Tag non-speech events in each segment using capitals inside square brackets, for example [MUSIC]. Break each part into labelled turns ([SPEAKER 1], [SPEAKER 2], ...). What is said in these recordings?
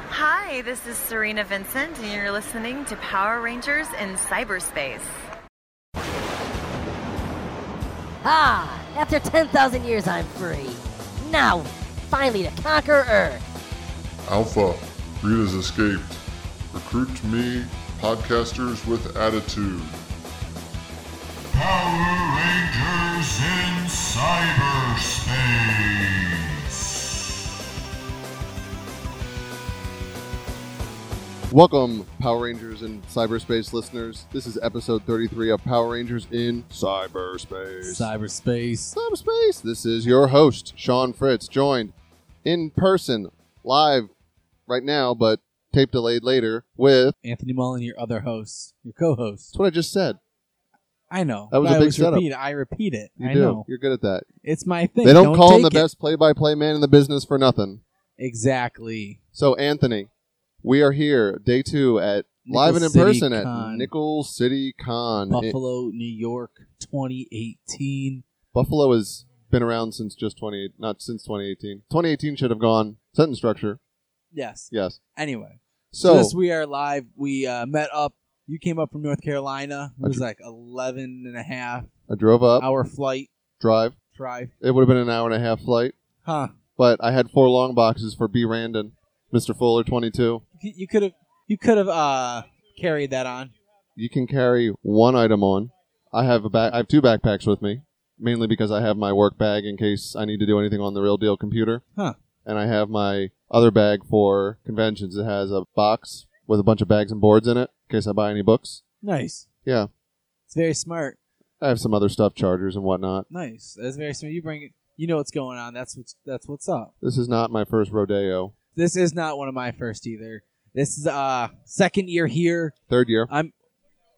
[SPEAKER 1] Hi, this is Serena Vincent, and you're listening to Power Rangers in Cyberspace.
[SPEAKER 2] Ah, after 10,000 years, I'm free. Now, finally to conquer Earth.
[SPEAKER 3] Alpha, Rita's escaped. Recruit me, podcasters with attitude.
[SPEAKER 4] Power Rangers in cyberspace.
[SPEAKER 5] Welcome, Power Rangers and cyberspace listeners. This is episode 33 of Power Rangers in cyberspace.
[SPEAKER 6] Cyberspace.
[SPEAKER 5] cyberspace. This is your host, Sean Fritz, joined in person, live right now, but tape delayed later with.
[SPEAKER 6] Anthony Mullen, your other host, your co-host.
[SPEAKER 5] That's what I just said.
[SPEAKER 6] I know.
[SPEAKER 5] That was
[SPEAKER 6] but
[SPEAKER 5] a
[SPEAKER 6] I
[SPEAKER 5] big
[SPEAKER 6] always
[SPEAKER 5] setup.
[SPEAKER 6] Repeat, it. I repeat it.
[SPEAKER 5] You
[SPEAKER 6] I
[SPEAKER 5] do.
[SPEAKER 6] know.
[SPEAKER 5] You're good at that.
[SPEAKER 6] It's my thing.
[SPEAKER 5] They don't, call him the
[SPEAKER 6] take it.
[SPEAKER 5] best play by play man in the business for nothing.
[SPEAKER 6] Exactly.
[SPEAKER 5] So, Anthony, we are here, day two at live and in
[SPEAKER 6] Nickel City
[SPEAKER 5] person at
[SPEAKER 6] Con.
[SPEAKER 5] Nickel City Con. in-
[SPEAKER 6] Buffalo, New York, 2018.
[SPEAKER 5] Buffalo has been around since just 20, not since 2018. 2018 should have gone sentence structure.
[SPEAKER 6] Yes.
[SPEAKER 5] Yes.
[SPEAKER 6] Anyway, so,
[SPEAKER 5] So,
[SPEAKER 6] this we are live. We uh, met up. You came up from North Carolina. It was like 11 and a half
[SPEAKER 5] I drove up,
[SPEAKER 6] hour flight
[SPEAKER 5] drive.
[SPEAKER 6] drive.
[SPEAKER 5] It would have been an hour and a half flight,
[SPEAKER 6] Huh.
[SPEAKER 5] but I had four long boxes for B. Randon, Mr. Fuller 22.
[SPEAKER 6] You you could have you could have uh, carried that on.
[SPEAKER 5] You can carry one item on. I have a back. I have two backpacks with me, mainly because I have my work bag in case I need to do anything on the real deal computer.
[SPEAKER 6] Huh.
[SPEAKER 5] And I have my other bag for conventions. It has a box with a bunch of bags and boards in it in case I buy any books.
[SPEAKER 6] Nice.
[SPEAKER 5] Yeah.
[SPEAKER 6] It's very smart.
[SPEAKER 5] I have some other stuff, chargers and whatnot.
[SPEAKER 6] Nice. That's very smart. You bring it. You know what's going on. That's what's that's what's up.
[SPEAKER 5] This is not my first rodeo.
[SPEAKER 6] This is not one of my first either. This is uh second year here.
[SPEAKER 5] Third year.
[SPEAKER 6] I'm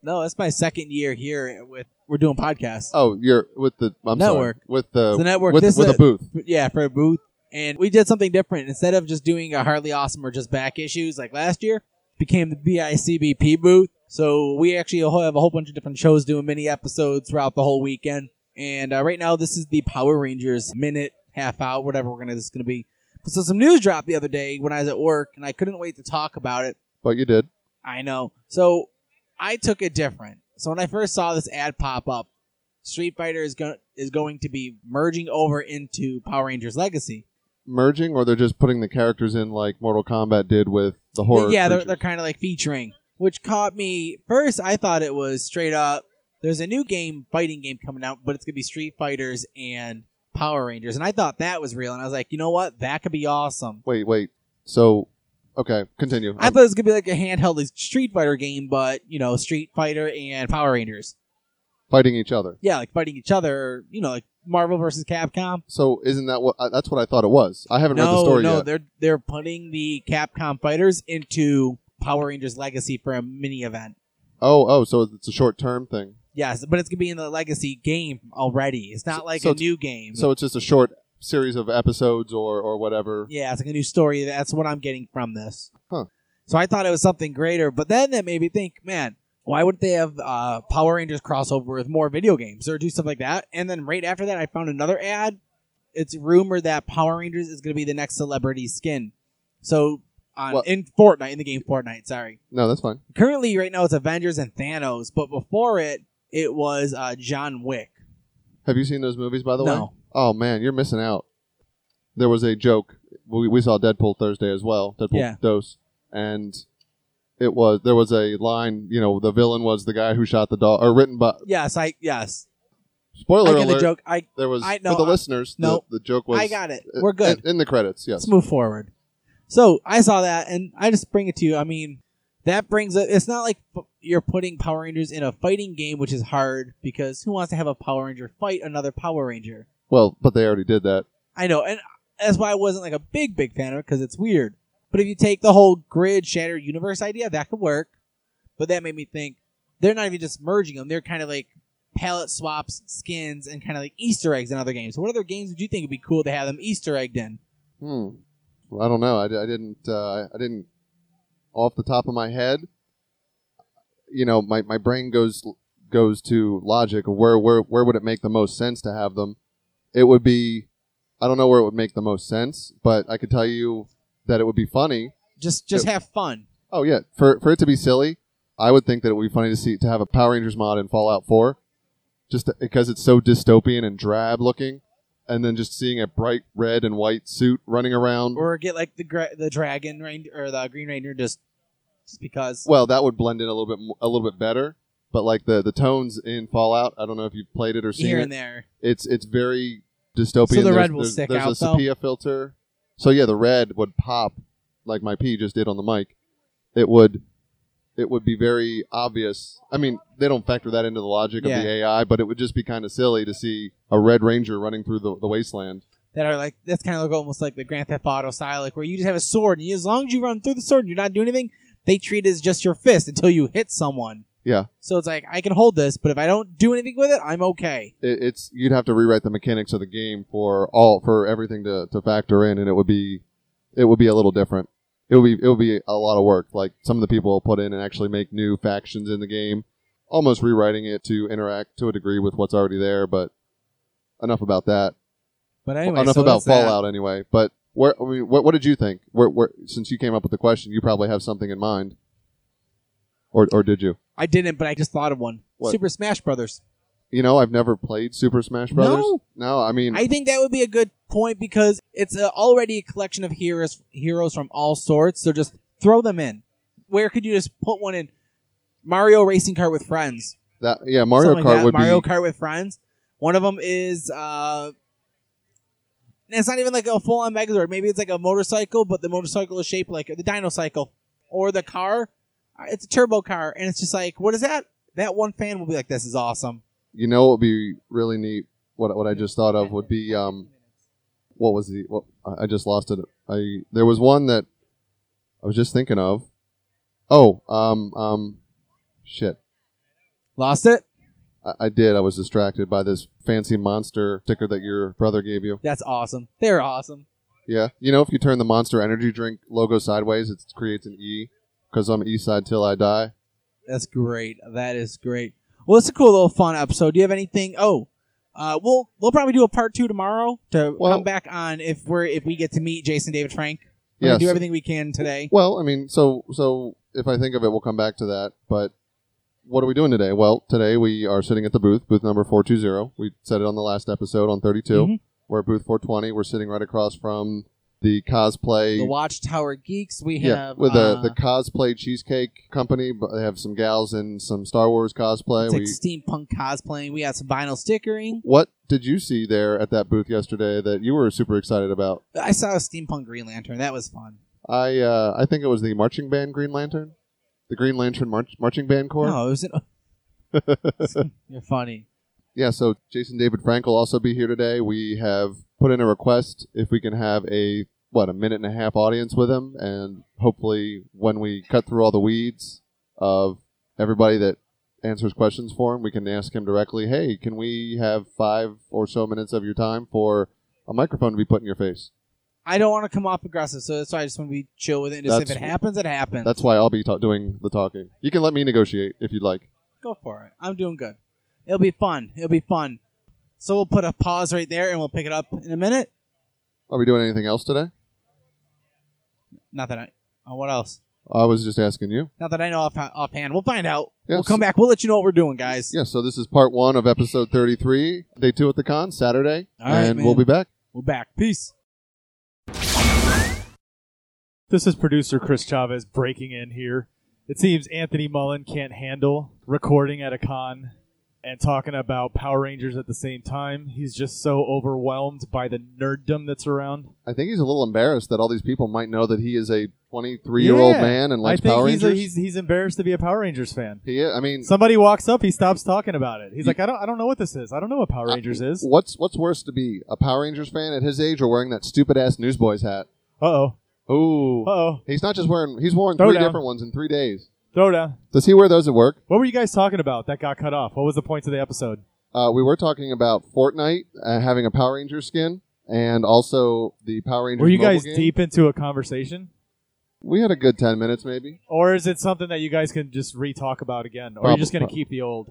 [SPEAKER 6] no, that's my second year here with we're doing podcasts.
[SPEAKER 5] Oh, you're with the I'm sorry.
[SPEAKER 6] Network.
[SPEAKER 5] with the,
[SPEAKER 6] The network,
[SPEAKER 5] with,
[SPEAKER 6] this
[SPEAKER 5] with
[SPEAKER 6] is-
[SPEAKER 5] a booth.
[SPEAKER 6] Yeah, for a booth. And we did something different. Instead of just doing a Harley Awesome or just back issues like last year, became the BICBP booth. So we actually have a whole bunch of different shows doing mini episodes throughout the whole weekend. And uh, right now, this is the Power Rangers minute, half out, whatever we're gonna this is gonna be. So some news dropped the other day when I was at work, and I couldn't wait to talk about it.
[SPEAKER 5] But you did.
[SPEAKER 6] I know. So I took it different. So when I first saw this ad pop up, Street Fighter is going is going to be merging over into Power Rangers Legacy.
[SPEAKER 5] Merging or they're just putting the characters in like Mortal Kombat did with the horror.
[SPEAKER 6] yeah, they're,
[SPEAKER 5] creatures.
[SPEAKER 6] they're kind of like featuring, which caught me first. I thought it was straight up. There's a new game, fighting game coming out, but it's gonna be Street Fighters and Power Rangers, and I thought that was real. And I was like, you know what, that could be awesome.
[SPEAKER 5] Wait, wait. So okay, continue.
[SPEAKER 6] I
[SPEAKER 5] Um,
[SPEAKER 6] thought it was gonna be like a handheld Street Fighter game, but you know, Street Fighter and Power Rangers.
[SPEAKER 5] fighting each other.
[SPEAKER 6] yeah, like fighting each other, you know, like Marvel versus Capcom.
[SPEAKER 5] So isn't that what uh, that's what I thought it was. I haven't read the
[SPEAKER 6] No,
[SPEAKER 5] story
[SPEAKER 6] no,
[SPEAKER 5] yet.
[SPEAKER 6] they're they're putting the Capcom fighters into Power Rangers Legacy for a mini event.
[SPEAKER 5] Oh, oh, so it's a short term thing.
[SPEAKER 6] Yes, but it's gonna be in the Legacy game already. It's not
[SPEAKER 5] So-
[SPEAKER 6] like
[SPEAKER 5] so
[SPEAKER 6] a
[SPEAKER 5] it's-
[SPEAKER 6] new game.
[SPEAKER 5] So it's just a short series of episodes or or whatever.
[SPEAKER 6] yeah, it's like a new story. That's what I'm getting from this.
[SPEAKER 5] Huh.
[SPEAKER 6] So I thought it was something greater, but then that made me think, man, why would they have uh, Power Rangers crossover with more video games or do stuff like that? And then right after that, I found another ad. It's rumored that Power Rangers is going to be the next celebrity skin. So on
[SPEAKER 5] Well-
[SPEAKER 6] in Fortnite, in the game Fortnite, sorry.
[SPEAKER 5] No, that's fine.
[SPEAKER 6] Currently, right now it's Avengers and Thanos, but before it, it was uh, John Wick.
[SPEAKER 5] Have you seen those movies by the way?
[SPEAKER 6] No.
[SPEAKER 5] Oh man, you're missing out. There was a joke. We, we saw Deadpool Thursday as well. Deadpool
[SPEAKER 6] Yeah.
[SPEAKER 5] Dose, and it was there was a line. You know, the villain was the guy who shot the dog, or written by.
[SPEAKER 6] Yes, I yes.
[SPEAKER 5] Spoiler
[SPEAKER 6] I get
[SPEAKER 5] alert.
[SPEAKER 6] the joke. I
[SPEAKER 5] There was
[SPEAKER 6] I- no,
[SPEAKER 5] for the
[SPEAKER 6] I-
[SPEAKER 5] listeners. the-
[SPEAKER 6] no.
[SPEAKER 5] the, joke was.
[SPEAKER 6] I got it. We're good.
[SPEAKER 5] in, in the credits. Yes.
[SPEAKER 6] let's move forward. So I saw that, and I just bring it to you. I mean, that brings it. It's not like f- you're putting Power Rangers in a fighting game, which is hard because who wants to have a Power Ranger fight another Power Ranger?
[SPEAKER 5] Well, but they already did that.
[SPEAKER 6] I know, and that's why I wasn't like a big, big fan of it because it's weird. But if you take the whole grid shatter universe idea, that could work. But that made me think they're not even just merging them; they're kind of like palette swaps, skins, and kind of like Easter eggs in other games. What other games would you think would be cool to have them Easter egged in?
[SPEAKER 5] Hmm. Well, I don't know. I, di- I didn't. Uh, I didn't. Off the top of my head, you know, my, my brain goes goes to logic of where where where would it make the most sense to have them. It would be, I don't know where it would make the most sense, but I could tell you that it would be funny
[SPEAKER 6] Just just have fun.
[SPEAKER 5] Oh yeah, for for it to be silly, I would think that it would be funny to see to have a Power Rangers mod in Fallout Four, just to- because it's so dystopian and drab looking, and then just seeing a bright red and white suit running around.
[SPEAKER 6] Or get like the gra- the dragon ranger or the green ranger just just because.
[SPEAKER 5] Well, that would blend in a little bit mo- a little bit better. But like the the tones in Fallout, I don't know if you've played it or seen
[SPEAKER 6] Here
[SPEAKER 5] it.
[SPEAKER 6] and there.
[SPEAKER 5] It's it's very dystopian.
[SPEAKER 6] So the
[SPEAKER 5] there's,
[SPEAKER 6] red will
[SPEAKER 5] there's,
[SPEAKER 6] stick
[SPEAKER 5] there's
[SPEAKER 6] out,
[SPEAKER 5] a
[SPEAKER 6] though?
[SPEAKER 5] sepia filter. So yeah, the red would pop like my P just did on the mic. It would it would be very obvious. I mean, they don't factor that into the logic
[SPEAKER 6] Yeah.
[SPEAKER 5] of the AI, but it would just be kind of silly to see a red ranger running through the, the wasteland.
[SPEAKER 6] that are like that's kind of like almost like the Grand Theft Auto style, like where you just have a sword, and you, as long as you run through the sword, and you're not doing anything. They treat it as just your fist until you hit someone.
[SPEAKER 5] Yeah.
[SPEAKER 6] So it's like I can hold this, but if I don't do anything with it, I'm okay.
[SPEAKER 5] It, it's you'd have to rewrite the mechanics of the game for all for everything to, to factor in, and it would be it would be a little different. It would be it would be a lot of work. Like some of the people will put in and actually make new factions in the game, almost rewriting it to interact to a degree with what's already there. But enough about that.
[SPEAKER 6] But anyway,
[SPEAKER 5] enough
[SPEAKER 6] so
[SPEAKER 5] about
[SPEAKER 6] that's that.
[SPEAKER 5] Fallout anyway. But where I mean, what what did you think? Where, where since you came up with the question, you probably have something in mind, or or did you?
[SPEAKER 6] I didn't, but I just thought of one.
[SPEAKER 5] What?
[SPEAKER 6] Super Smash Brothers.
[SPEAKER 5] You know, I've never played Super Smash Brothers.
[SPEAKER 6] No.
[SPEAKER 5] I mean,
[SPEAKER 6] I think that would be a good point because it's uh already a collection of heroes heroes from all sorts. So just throw them in. Where could you just put one in? Mario racing car with friends.
[SPEAKER 5] that yeah, Mario
[SPEAKER 6] Something
[SPEAKER 5] Kart
[SPEAKER 6] like that.
[SPEAKER 5] would
[SPEAKER 6] Mario
[SPEAKER 5] be
[SPEAKER 6] Kart with friends. One of them is uh, and it's not even like a full on Megazord. Maybe it's like a motorcycle, but the motorcycle is shaped like the Dino Cycle or the car. Uh, It's a turbo car, and it's just like, what is that? That one fan will be like, this is awesome.
[SPEAKER 5] you know what would be really neat what what I just thought of would be um what was the what I I just lost it I there was one that I was just thinking of oh um um shit
[SPEAKER 6] Lost it.
[SPEAKER 5] I, I did I was distracted by this fancy monster sticker that your brother gave you
[SPEAKER 6] That's awesome. They're awesome.
[SPEAKER 5] yeah you know if you turn the monster energy drink logo sideways it creates an E because I'm East Side till I die
[SPEAKER 6] That's great. That is great. Well, it's a cool little fun episode. Do you have anything? Oh, uh, we'll we'll probably do a part two tomorrow to
[SPEAKER 5] Well-
[SPEAKER 6] come back on if we're if we get to meet Jason David Frank. We're
[SPEAKER 5] yeah
[SPEAKER 6] gonna do everything we can today.
[SPEAKER 5] Well, I mean, so so if I think of it, we'll come back to that. But what are we doing today? Well, today we are sitting at the booth, booth number four two zero. We said it on the last episode on thirty
[SPEAKER 6] Mhm.
[SPEAKER 5] We're at booth four twenty. We're sitting right across from the cosplay.
[SPEAKER 6] the Watchtower Geeks. We have
[SPEAKER 5] yeah, with
[SPEAKER 6] uh,
[SPEAKER 5] the the cosplay cheesecake company, but they have some gals in some Star Wars cosplay.
[SPEAKER 6] it's
[SPEAKER 5] We,
[SPEAKER 6] like steampunk cosplaying. We got some vinyl stickering.
[SPEAKER 5] what did you see there at that booth yesterday that you were super excited about?
[SPEAKER 6] I saw a steampunk Green Lantern. That was fun.
[SPEAKER 5] I uh, I think it was the marching band Green Lantern, the Green Lantern march, marching band corps.
[SPEAKER 6] No, it was. An,
[SPEAKER 5] [LAUGHS]
[SPEAKER 6] you're funny.
[SPEAKER 5] yeah, so Jason David Frank will also be here today. We have put in a request if we can have a what a minute and a half audience with him, and hopefully when we cut through all the weeds of everybody that answers questions for him, we can ask him directly. Hey, can we have five or so minutes of your time for a microphone to be put in your face?
[SPEAKER 6] I don't want to come off aggressive, so that's why I just want to be chill with it. And just if it
[SPEAKER 5] That's-
[SPEAKER 6] happens, it happens.
[SPEAKER 5] That's why I'll be ta- doing the talking. You can let me negotiate if you'd like.
[SPEAKER 6] Go for it. I'm doing good. It'll be fun. It'll be fun. So we'll put a pause right there, and we'll pick it up in a minute.
[SPEAKER 5] Are we doing anything else today?
[SPEAKER 6] Not that I. Oh, what else?
[SPEAKER 5] I was just asking you.
[SPEAKER 6] Not that I know off offhand. We'll find out.
[SPEAKER 5] Yeah,
[SPEAKER 6] we'll come
[SPEAKER 5] so-
[SPEAKER 6] back. We'll let you know what we're doing, guys.
[SPEAKER 5] Yeah, so this is part one of episode 33, day two at the con, Saturday.
[SPEAKER 6] All right,
[SPEAKER 5] and
[SPEAKER 6] man.
[SPEAKER 5] we'll be back.
[SPEAKER 6] We're back. Peace.
[SPEAKER 7] This is producer Chris Chavez breaking in here. It seems Anthony Mullen can't handle recording at a con and talking about Power Rangers at the same time. He's just so overwhelmed by the nerddom that's around.
[SPEAKER 5] I think he's a little embarrassed that all these people might know that he is a 23 year old
[SPEAKER 7] Yeah.
[SPEAKER 5] man and likes
[SPEAKER 7] I think
[SPEAKER 5] Power
[SPEAKER 7] he's, a-
[SPEAKER 5] Rangers.
[SPEAKER 7] he's he's embarrassed to be a Power Rangers fan.
[SPEAKER 5] he is, I mean,
[SPEAKER 7] Somebody walks up, he stops talking about it. He's
[SPEAKER 5] You-
[SPEAKER 7] like, I don't I don't know what this is. I don't know what Power Rangers is.
[SPEAKER 5] what's what's worse to be a Power Rangers fan at his age or wearing that stupid ass newsboys hat?
[SPEAKER 7] Uh oh.
[SPEAKER 5] Ooh,
[SPEAKER 7] Uh oh.
[SPEAKER 5] he's not just wearing; he's worn
[SPEAKER 7] Throw
[SPEAKER 5] three
[SPEAKER 7] down.
[SPEAKER 5] different ones in three days.
[SPEAKER 7] Throw down.
[SPEAKER 5] Does he wear those at work?
[SPEAKER 7] What were you guys talking about that got cut off? What was the point of the episode?
[SPEAKER 5] Uh, we were talking about Fortnite uh, having a Power Ranger skin, and also the Power Rangers.
[SPEAKER 7] Were you
[SPEAKER 5] mobile
[SPEAKER 7] guys
[SPEAKER 5] game.
[SPEAKER 7] deep into a conversation?
[SPEAKER 5] We had a good ten minutes, maybe.
[SPEAKER 7] Or is it something that you guys can just re-talk about again? Or are you
[SPEAKER 5] Prob-
[SPEAKER 7] just going
[SPEAKER 5] prob-
[SPEAKER 7] to keep the old?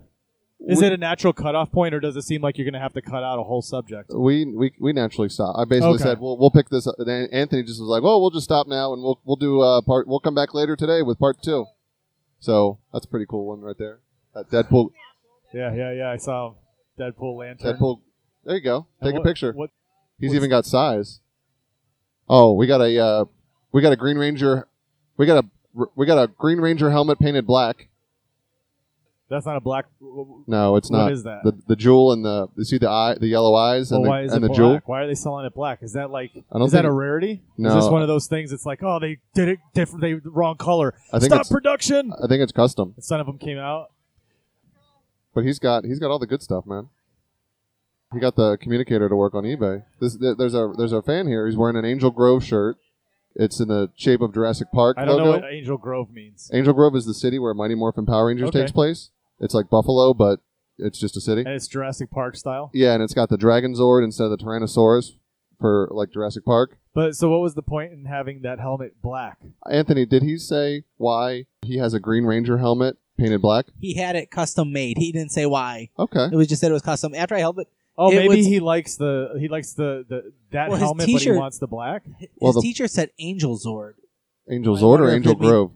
[SPEAKER 7] Is it a natural cutoff point, or does it seem like you're going to have to cut out a whole subject?
[SPEAKER 5] We we, we naturally stopped. I basically
[SPEAKER 7] Okay.
[SPEAKER 5] said, "We'll we'll pick this." up. And An- Anthony just was like, "Well, we'll just stop now, and we'll we'll do uh, part. We'll come back later today with part two. So that's a pretty cool one right there. That Deadpool.
[SPEAKER 7] Yeah, yeah, yeah. I saw Deadpool lantern.
[SPEAKER 5] Deadpool. There you go.
[SPEAKER 7] And
[SPEAKER 5] Take a
[SPEAKER 7] what-
[SPEAKER 5] picture.
[SPEAKER 7] What,
[SPEAKER 5] He's
[SPEAKER 7] what's-
[SPEAKER 5] even got size. Oh, we got a uh, we got a Green Ranger. We got a we got a Green Ranger helmet painted black.
[SPEAKER 7] that's not a black. Well,
[SPEAKER 5] No, it's
[SPEAKER 7] What
[SPEAKER 5] not.
[SPEAKER 7] is that?
[SPEAKER 5] The the jewel and the you see the eye the yellow eyes and
[SPEAKER 7] why
[SPEAKER 5] the,
[SPEAKER 7] is
[SPEAKER 5] and
[SPEAKER 7] it
[SPEAKER 5] the
[SPEAKER 7] black?
[SPEAKER 5] jewel.
[SPEAKER 7] Why are they selling it black? Is that like?
[SPEAKER 5] I don't
[SPEAKER 7] Is that
[SPEAKER 5] think-
[SPEAKER 7] a rarity?
[SPEAKER 5] No.
[SPEAKER 7] Is this one of those things? It's like, oh, they did it different. They wrong color.
[SPEAKER 5] I think
[SPEAKER 7] Stop
[SPEAKER 5] it's-
[SPEAKER 7] production.
[SPEAKER 5] I think it's custom.
[SPEAKER 7] And Son of them came out.
[SPEAKER 5] But he's got he's got all the good stuff, man. He got the communicator to work on eBay. This, th- there's a there's a fan here. He's wearing an Angel Grove shirt. It's in the shape of Jurassic Park
[SPEAKER 7] I don't know
[SPEAKER 5] logo.
[SPEAKER 7] what Angel Grove means.
[SPEAKER 5] Angel Grove is the city where Mighty Morphin Power Rangers
[SPEAKER 7] Okay.
[SPEAKER 5] takes place. It's like Buffalo, but it's just a city.
[SPEAKER 7] And it's Jurassic Park style.
[SPEAKER 5] Yeah, and it's got the Dragon Zord instead of the Tyrannosaurus for like Jurassic Park.
[SPEAKER 7] But so, what was the point in having that helmet black?
[SPEAKER 5] Anthony, did he say why he has a Green Ranger helmet painted black?
[SPEAKER 6] He had it custom made. He didn't say why.
[SPEAKER 5] Okay.
[SPEAKER 6] It was just said it was custom. After I held it,
[SPEAKER 7] Oh,
[SPEAKER 6] It
[SPEAKER 7] maybe
[SPEAKER 6] was-
[SPEAKER 7] he likes the he likes the, the that
[SPEAKER 6] Well, his
[SPEAKER 7] helmet, but he
[SPEAKER 6] t-shirt-
[SPEAKER 7] wants the black.
[SPEAKER 6] his
[SPEAKER 5] Well, the-
[SPEAKER 6] teacher said Angel Zord.
[SPEAKER 5] Angel
[SPEAKER 6] I
[SPEAKER 5] Zord
[SPEAKER 6] wonder
[SPEAKER 5] or
[SPEAKER 6] if
[SPEAKER 5] Angel
[SPEAKER 6] it'd be-
[SPEAKER 5] Grove?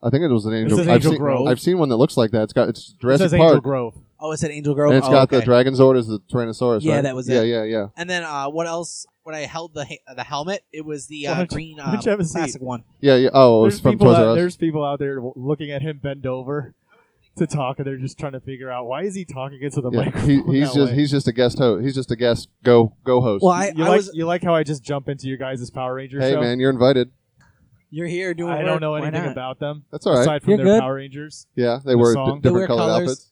[SPEAKER 5] I think it was an Angel.
[SPEAKER 7] says
[SPEAKER 5] I've
[SPEAKER 7] Angel
[SPEAKER 5] seen,
[SPEAKER 7] Grove.
[SPEAKER 5] I've seen one that looks like that. It's got it's
[SPEAKER 7] It
[SPEAKER 5] Jurassic
[SPEAKER 7] says
[SPEAKER 5] Park,
[SPEAKER 7] Angel Grove.
[SPEAKER 6] Oh, it said Angel Grove.
[SPEAKER 5] and it's
[SPEAKER 6] Oh,
[SPEAKER 5] got the
[SPEAKER 6] okay.
[SPEAKER 5] Dragon Zord as the Tyrannosaurus.
[SPEAKER 6] Yeah,
[SPEAKER 5] right?
[SPEAKER 6] that was
[SPEAKER 5] yeah,
[SPEAKER 6] it.
[SPEAKER 5] yeah, yeah.
[SPEAKER 6] And then uh, what else? When I held the ha- the helmet, it was the
[SPEAKER 7] Why
[SPEAKER 6] uh,
[SPEAKER 7] don't you-
[SPEAKER 6] green
[SPEAKER 7] why
[SPEAKER 6] uh,
[SPEAKER 7] don't you have a seat?
[SPEAKER 6] plastic one.
[SPEAKER 5] Yeah, yeah. Oh, it was
[SPEAKER 7] There's
[SPEAKER 5] from
[SPEAKER 7] people,
[SPEAKER 5] Toys R
[SPEAKER 7] out,
[SPEAKER 5] Us.
[SPEAKER 7] there's people out there w- looking at him bend over to talk, and they're just trying to figure out why is he talking into the
[SPEAKER 5] Yeah, he,
[SPEAKER 7] [LAUGHS] microphone.
[SPEAKER 5] he's
[SPEAKER 7] that
[SPEAKER 5] just
[SPEAKER 7] way?
[SPEAKER 5] he's just a guest host. He's just a guest go go host.
[SPEAKER 6] Well, I,
[SPEAKER 7] you
[SPEAKER 6] I
[SPEAKER 7] like
[SPEAKER 6] was.
[SPEAKER 7] you like how I just jump into your guys' Power Rangers
[SPEAKER 5] hey
[SPEAKER 7] show?
[SPEAKER 5] man, you're invited.
[SPEAKER 6] You're here doing.
[SPEAKER 7] I
[SPEAKER 6] work.
[SPEAKER 7] don't know
[SPEAKER 6] Why
[SPEAKER 7] anything
[SPEAKER 6] not?
[SPEAKER 7] about them
[SPEAKER 5] That's all right.
[SPEAKER 7] aside from
[SPEAKER 6] You're
[SPEAKER 7] their
[SPEAKER 6] good.
[SPEAKER 7] Power Rangers.
[SPEAKER 5] yeah, they
[SPEAKER 7] the
[SPEAKER 5] wear
[SPEAKER 7] song.
[SPEAKER 5] d-
[SPEAKER 6] They
[SPEAKER 5] different
[SPEAKER 6] wear
[SPEAKER 5] colored
[SPEAKER 6] colors.
[SPEAKER 5] outfits.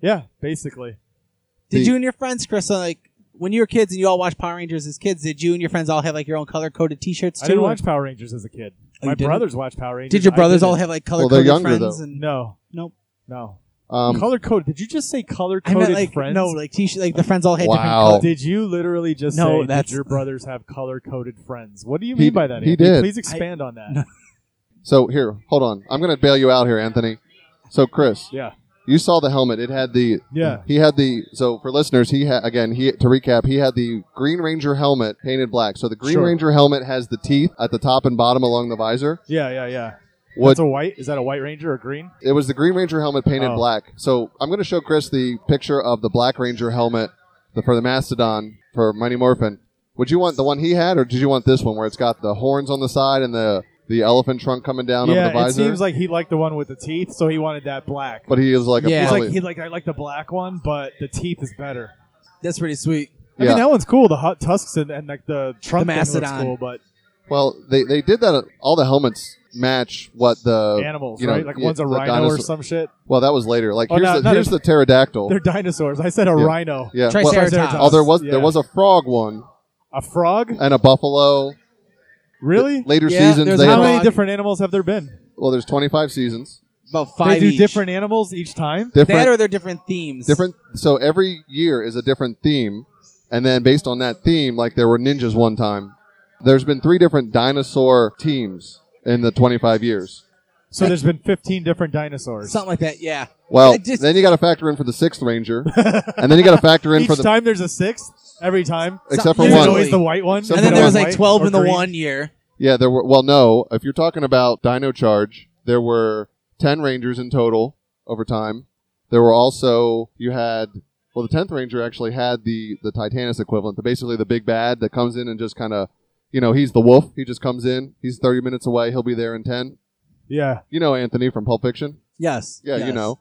[SPEAKER 7] Yeah, basically.
[SPEAKER 6] Did
[SPEAKER 5] The-
[SPEAKER 6] you and your friends, Chris, uh, like when you were kids and you all watched Power Rangers as kids? Did you and your friends all have like your own color coded T-shirts too?
[SPEAKER 7] I didn't
[SPEAKER 6] or-
[SPEAKER 7] watch Power Rangers as a kid.
[SPEAKER 6] Oh,
[SPEAKER 7] My
[SPEAKER 6] you didn't?
[SPEAKER 7] brothers watched Power Rangers.
[SPEAKER 6] Did your
[SPEAKER 7] I
[SPEAKER 6] brothers
[SPEAKER 7] didn't.
[SPEAKER 6] all have like color
[SPEAKER 5] Well,
[SPEAKER 6] coded
[SPEAKER 5] they're younger,
[SPEAKER 6] friends?
[SPEAKER 5] though.
[SPEAKER 6] And
[SPEAKER 7] No,
[SPEAKER 6] Nope.
[SPEAKER 7] no.
[SPEAKER 5] Um,
[SPEAKER 7] color code? Did you just say color
[SPEAKER 6] I
[SPEAKER 7] coded
[SPEAKER 6] meant like
[SPEAKER 7] friends?
[SPEAKER 6] no, like T-shirt. Like the friends all had different
[SPEAKER 5] Wow.
[SPEAKER 6] colors.
[SPEAKER 7] Did you literally just
[SPEAKER 6] No,
[SPEAKER 7] say that
[SPEAKER 6] that's-
[SPEAKER 7] your brothers have color coded friends? What do you
[SPEAKER 5] He-
[SPEAKER 7] mean by that?
[SPEAKER 5] he
[SPEAKER 7] Anthony?
[SPEAKER 5] did.
[SPEAKER 7] Please expand
[SPEAKER 6] [LAUGHS]
[SPEAKER 7] on that.
[SPEAKER 5] so here, hold on. I'm gonna bail you out here, Anthony. So Chris,
[SPEAKER 7] yeah.
[SPEAKER 5] You saw the helmet. It had the
[SPEAKER 7] Yeah.
[SPEAKER 5] He had the so for listeners. He had again. He to recap. He had the Green Ranger helmet painted black. So the Green
[SPEAKER 7] Sure.
[SPEAKER 5] Ranger helmet has the teeth at the top and bottom along the visor.
[SPEAKER 7] Yeah, yeah, yeah.
[SPEAKER 5] What
[SPEAKER 7] What's a white? Is that a white ranger or green?
[SPEAKER 5] it was the Green Ranger helmet painted
[SPEAKER 7] Oh.
[SPEAKER 5] black. So I'm going to show Chris the picture of the Black Ranger helmet the, for the Mastodon for Mighty Morphin. Would you want the one he had, or did you want this one where it's got the horns on the side and the the elephant trunk coming down over the
[SPEAKER 7] yeah, it
[SPEAKER 5] visor?
[SPEAKER 7] seems like he liked the one with the teeth, so he wanted that black.
[SPEAKER 5] but he is like
[SPEAKER 6] Yeah.
[SPEAKER 5] a
[SPEAKER 7] He's
[SPEAKER 5] fully,
[SPEAKER 7] like, he like I like the black one, but the teeth is better.
[SPEAKER 6] That's pretty sweet.
[SPEAKER 7] I
[SPEAKER 5] Yeah.
[SPEAKER 7] mean, that one's cool. The hot tusks and, and like the trunk
[SPEAKER 6] The
[SPEAKER 7] thing looks
[SPEAKER 6] mastodon.
[SPEAKER 7] cool, but
[SPEAKER 5] Well, they, they did that. uh, All the helmets match what the Uh,
[SPEAKER 7] animals,
[SPEAKER 5] you know,
[SPEAKER 7] right? Like
[SPEAKER 5] yeah,
[SPEAKER 7] one's a
[SPEAKER 5] the
[SPEAKER 7] rhino or
[SPEAKER 5] dinosaur-
[SPEAKER 7] some shit.
[SPEAKER 5] Well, that was later. Like
[SPEAKER 7] Oh,
[SPEAKER 5] here's
[SPEAKER 7] no,
[SPEAKER 5] the
[SPEAKER 7] not
[SPEAKER 5] here's
[SPEAKER 7] a-
[SPEAKER 5] the pterodactyl.
[SPEAKER 7] They're dinosaurs. I said a
[SPEAKER 5] Yeah.
[SPEAKER 7] rhino,
[SPEAKER 5] Yeah. well,
[SPEAKER 6] Triceratops.
[SPEAKER 5] oh, there was
[SPEAKER 7] Yeah.
[SPEAKER 5] there was a frog one
[SPEAKER 7] a frog.
[SPEAKER 5] and a buffalo.
[SPEAKER 7] Really?
[SPEAKER 5] Later
[SPEAKER 6] Yeah,
[SPEAKER 5] seasons
[SPEAKER 6] there's
[SPEAKER 5] they
[SPEAKER 6] a
[SPEAKER 5] had,
[SPEAKER 7] How
[SPEAKER 6] frog.
[SPEAKER 7] many different animals have there been?
[SPEAKER 5] well, there's 25 seasons.
[SPEAKER 6] About five.
[SPEAKER 7] they do
[SPEAKER 6] each.
[SPEAKER 7] different animals each time.
[SPEAKER 5] Different
[SPEAKER 6] That or they're different themes.
[SPEAKER 5] different. So every year is a different theme, and then based on that theme, like there were ninjas one time. There's been three different dinosaur teams in the 25 years.
[SPEAKER 7] So there's been 15 different dinosaurs.
[SPEAKER 6] Something like that. Yeah.
[SPEAKER 5] Well,
[SPEAKER 6] I just-
[SPEAKER 5] then you got to factor in for the sixth
[SPEAKER 7] [LAUGHS]
[SPEAKER 5] ranger, and then you got to factor in
[SPEAKER 7] Each
[SPEAKER 5] for the
[SPEAKER 7] time there's a sixth. Every time.
[SPEAKER 5] except for
[SPEAKER 6] Usually-
[SPEAKER 7] There's
[SPEAKER 5] one.
[SPEAKER 7] always the white one.
[SPEAKER 5] Except
[SPEAKER 6] and then
[SPEAKER 5] for
[SPEAKER 6] there was
[SPEAKER 5] one
[SPEAKER 6] like
[SPEAKER 7] White
[SPEAKER 6] twelve
[SPEAKER 7] or
[SPEAKER 6] in the
[SPEAKER 7] green.
[SPEAKER 6] one year.
[SPEAKER 5] Yeah, there were. Well, no. If you're talking about Dino Charge, there were ten Rangers in total over time. There were also you had well, the tenth Ranger actually had the the Titanus equivalent, the basically the big bad that comes in and just kind of, you know, he's the wolf. He just comes in. He's thirty minutes away. He'll be there in ten.
[SPEAKER 7] Yeah.
[SPEAKER 5] You know Anthony from Pulp Fiction.
[SPEAKER 6] Yes.
[SPEAKER 5] Yeah, you
[SPEAKER 6] Yes.
[SPEAKER 5] know,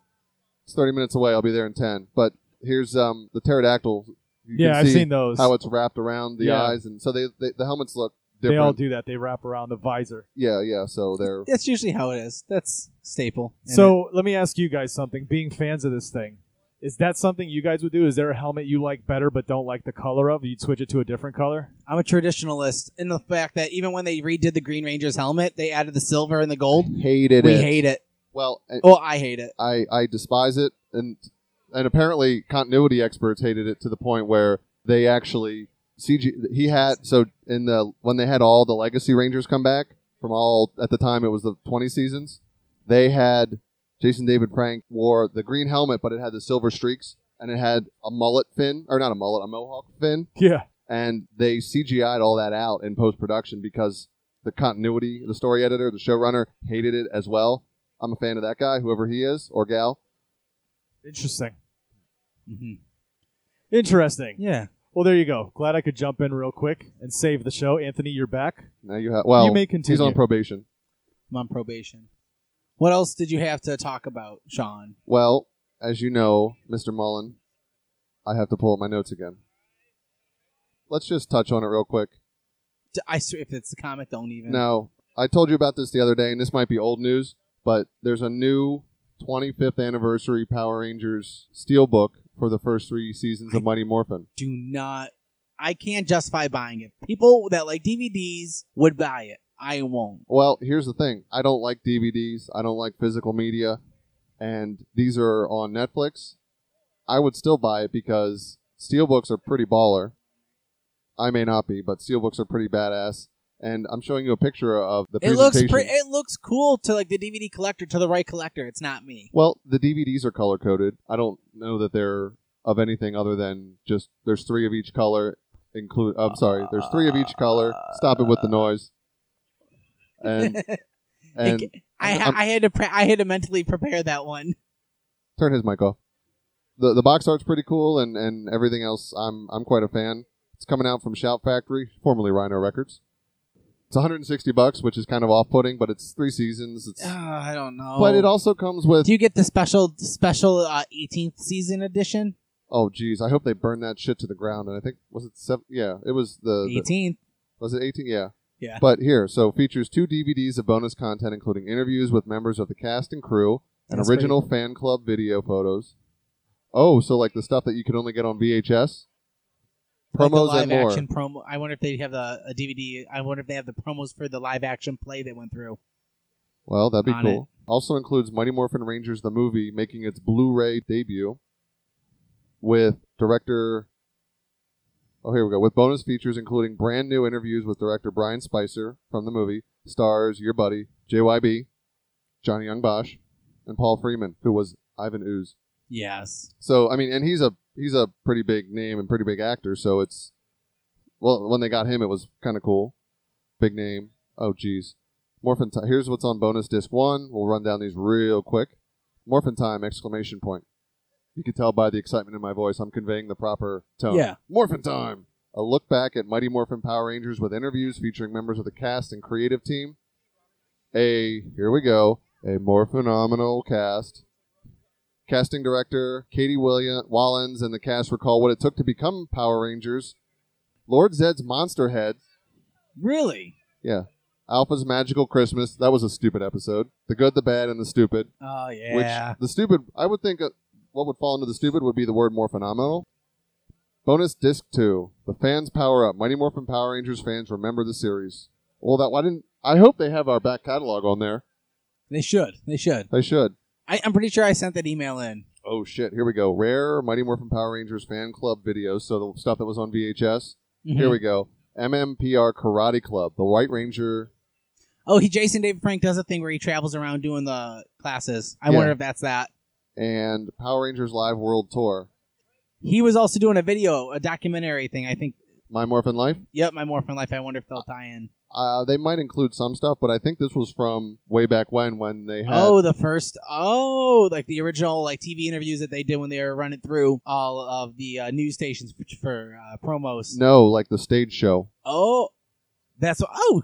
[SPEAKER 5] it's thirty minutes away. I'll be there in ten. But here's um the pterodactyl. You
[SPEAKER 7] Yeah,
[SPEAKER 5] can
[SPEAKER 7] I've
[SPEAKER 5] see
[SPEAKER 7] seen those.
[SPEAKER 5] how it's wrapped around the
[SPEAKER 7] Yeah.
[SPEAKER 5] eyes, and so they, they the helmets look
[SPEAKER 7] they
[SPEAKER 5] different.
[SPEAKER 7] all do that. They wrap around the visor.
[SPEAKER 5] Yeah, yeah. So they're
[SPEAKER 6] That's usually how it is. That's staple. in it.
[SPEAKER 7] So let me ask you guys something. Being fans of this thing, is that something you guys would do? Is there a helmet you like better but don't like the color of? You'd switch it to a different color?
[SPEAKER 6] I'm a traditionalist in the fact that even when they redid the Green Ranger's helmet, they added the silver and the gold.
[SPEAKER 5] hated
[SPEAKER 6] we
[SPEAKER 5] it.
[SPEAKER 6] hate it.
[SPEAKER 5] Well, I-
[SPEAKER 6] Oh, I hate it.
[SPEAKER 5] I I despise it, and and apparently continuity experts hated it to the point where they actually CG. He had so in the when they had all the Legacy Rangers come back from all at the time it was the twenty seasons. They had Jason David Frank wore the green helmet, but it had the silver streaks and it had a mullet fin, or not a mullet, a mohawk fin.
[SPEAKER 7] Yeah.
[SPEAKER 5] And they CGI'd all that out in post production because the continuity, the story editor, the showrunner hated it as well. I'm a fan of that guy, whoever he is or gal.
[SPEAKER 7] Interesting.
[SPEAKER 6] Mm-hmm.
[SPEAKER 7] Interesting.
[SPEAKER 6] Yeah.
[SPEAKER 7] Well, there you go. Glad I could jump in real quick and save the show. Anthony, you're back.
[SPEAKER 5] Now you have well,
[SPEAKER 7] You may
[SPEAKER 5] he's on
[SPEAKER 7] continue.
[SPEAKER 5] probation.
[SPEAKER 6] I'm on probation. What else did you have to talk about, Sean?
[SPEAKER 5] Well, as you know, Mr. Mullen, I have to pull up my notes again. Let's just touch on it real quick.
[SPEAKER 6] D- I swear, if it's the comic, don't even.
[SPEAKER 5] Now, I told you about this the other day, and this might be old news, but there's a new 25th anniversary Power Rangers Steelbook for the first three seasons of Mighty Morphin.
[SPEAKER 6] Do not. I can't justify buying it. People that like DVDs would buy it. I won't.
[SPEAKER 5] Well, here's the thing I don't like DVDs, I don't like physical media, and these are on Netflix. I would still buy it because Steelbooks are pretty baller. I may not be, but Steelbooks are pretty badass. And I'm showing you a picture of the
[SPEAKER 6] It looks
[SPEAKER 5] presentation.
[SPEAKER 6] pre- It looks cool to like the DVD collector, to the right collector. It's not me.
[SPEAKER 5] Well, the DVDs are color coded. I don't know that they're of anything other than just there's three of each color. Include. I'm sorry. There's three of each color. Stop it with the
[SPEAKER 6] [LAUGHS]
[SPEAKER 5] noise. And and
[SPEAKER 6] Like, I,
[SPEAKER 5] I'm-
[SPEAKER 6] ha-
[SPEAKER 5] I'm-
[SPEAKER 6] I had to pre- I had to mentally prepare that one. [SIGHS]
[SPEAKER 5] turn his mic off. The the box art's pretty cool, and and everything else. I'm I'm quite a fan. It's coming out from Shout Factory, formerly Rhino Records. It's 160 bucks, which is kind of off-putting, but it's three seasons. It's,
[SPEAKER 6] Ah, I don't know.
[SPEAKER 5] But it also comes with.
[SPEAKER 6] do you get the special special uh, 18th season edition?
[SPEAKER 5] oh, geez, I hope they burn that shit to the ground. And I think was it seven? Yeah, it was the, the
[SPEAKER 6] 18th.
[SPEAKER 5] Was it 18? Yeah.
[SPEAKER 6] Yeah.
[SPEAKER 5] But here, so features two DVDs of bonus content, including interviews with members of the cast and crew, and
[SPEAKER 6] That's
[SPEAKER 5] original fan club video photos. Oh, so like the stuff that you could only get on VHS?
[SPEAKER 6] Like the
[SPEAKER 5] Promos
[SPEAKER 6] live
[SPEAKER 5] and more.
[SPEAKER 6] action promo. I wonder if they have a, a DVD. I wonder if they have the promos for the live action play they went through.
[SPEAKER 5] Well, that'd be
[SPEAKER 6] on
[SPEAKER 5] cool. Also includes Mighty Morphin Rangers the movie making its Blu-ray debut with director Oh, here we go. With bonus features including brand new interviews with director Brian Spicer from the movie, stars your buddy JYB, Johnny Young Bosch, and Paul Freeman, who was Ivan Ooze.
[SPEAKER 6] Yes.
[SPEAKER 5] So I mean, and he's a he's a pretty big name and pretty big actor. So it's well, when they got him, it was kind of cool, big name. Oh, geez, Morphin Time. Here's what's on bonus disc one. We'll run down these real quick. Morphin Time! Exclamation point. You can tell by the excitement in my voice, I'm conveying the proper tone.
[SPEAKER 6] Yeah.
[SPEAKER 5] Morphin Time. A look back at Mighty Morphin Power Rangers with interviews featuring members of the cast and creative team. A here we go. A more phenomenal cast casting director Katie William Wallens and the cast recall what it took to become Power Rangers. Lord Zed's Monster Head,
[SPEAKER 6] Really?
[SPEAKER 5] yeah. Alpha's Magical Christmas. That was a stupid episode. The Good, the Bad, and the Stupid.
[SPEAKER 6] Oh yeah.
[SPEAKER 5] Which the stupid, I would think, uh, what would fall into the stupid would be the word more phenomenal. Bonus disc two: The fans power up. Mighty Morphin Power Rangers fans remember the series. Well, that why didn't I hope they have our back catalog on there?
[SPEAKER 6] they should. They should.
[SPEAKER 5] They should.
[SPEAKER 6] I, I'm pretty sure I sent that email in.
[SPEAKER 5] Oh shit! Here we go. Rare Mighty Morphin Power Rangers fan club videos. So the stuff that was on VHS.
[SPEAKER 6] Mm-hmm.
[SPEAKER 5] Here we go. MMPR Karate Club, the White Ranger.
[SPEAKER 6] Oh, he Jason David Frank does a thing where he travels around doing the classes. I
[SPEAKER 5] Yeah.
[SPEAKER 6] wonder if that's that.
[SPEAKER 5] and Power Rangers Live World Tour.
[SPEAKER 6] He was also doing a video, a documentary thing. I think.
[SPEAKER 5] My Morphin Life.
[SPEAKER 6] Yep, my Morphin Life. I wonder if they'll tie in.
[SPEAKER 5] Uh, they might include some stuff, but I think this was from way back when when they had.
[SPEAKER 6] Oh, the first. Oh, like the original like TV interviews that they did when they were running through all of the uh, news stations for, for uh, promos.
[SPEAKER 5] No, like the stage show,
[SPEAKER 6] Oh, that's oh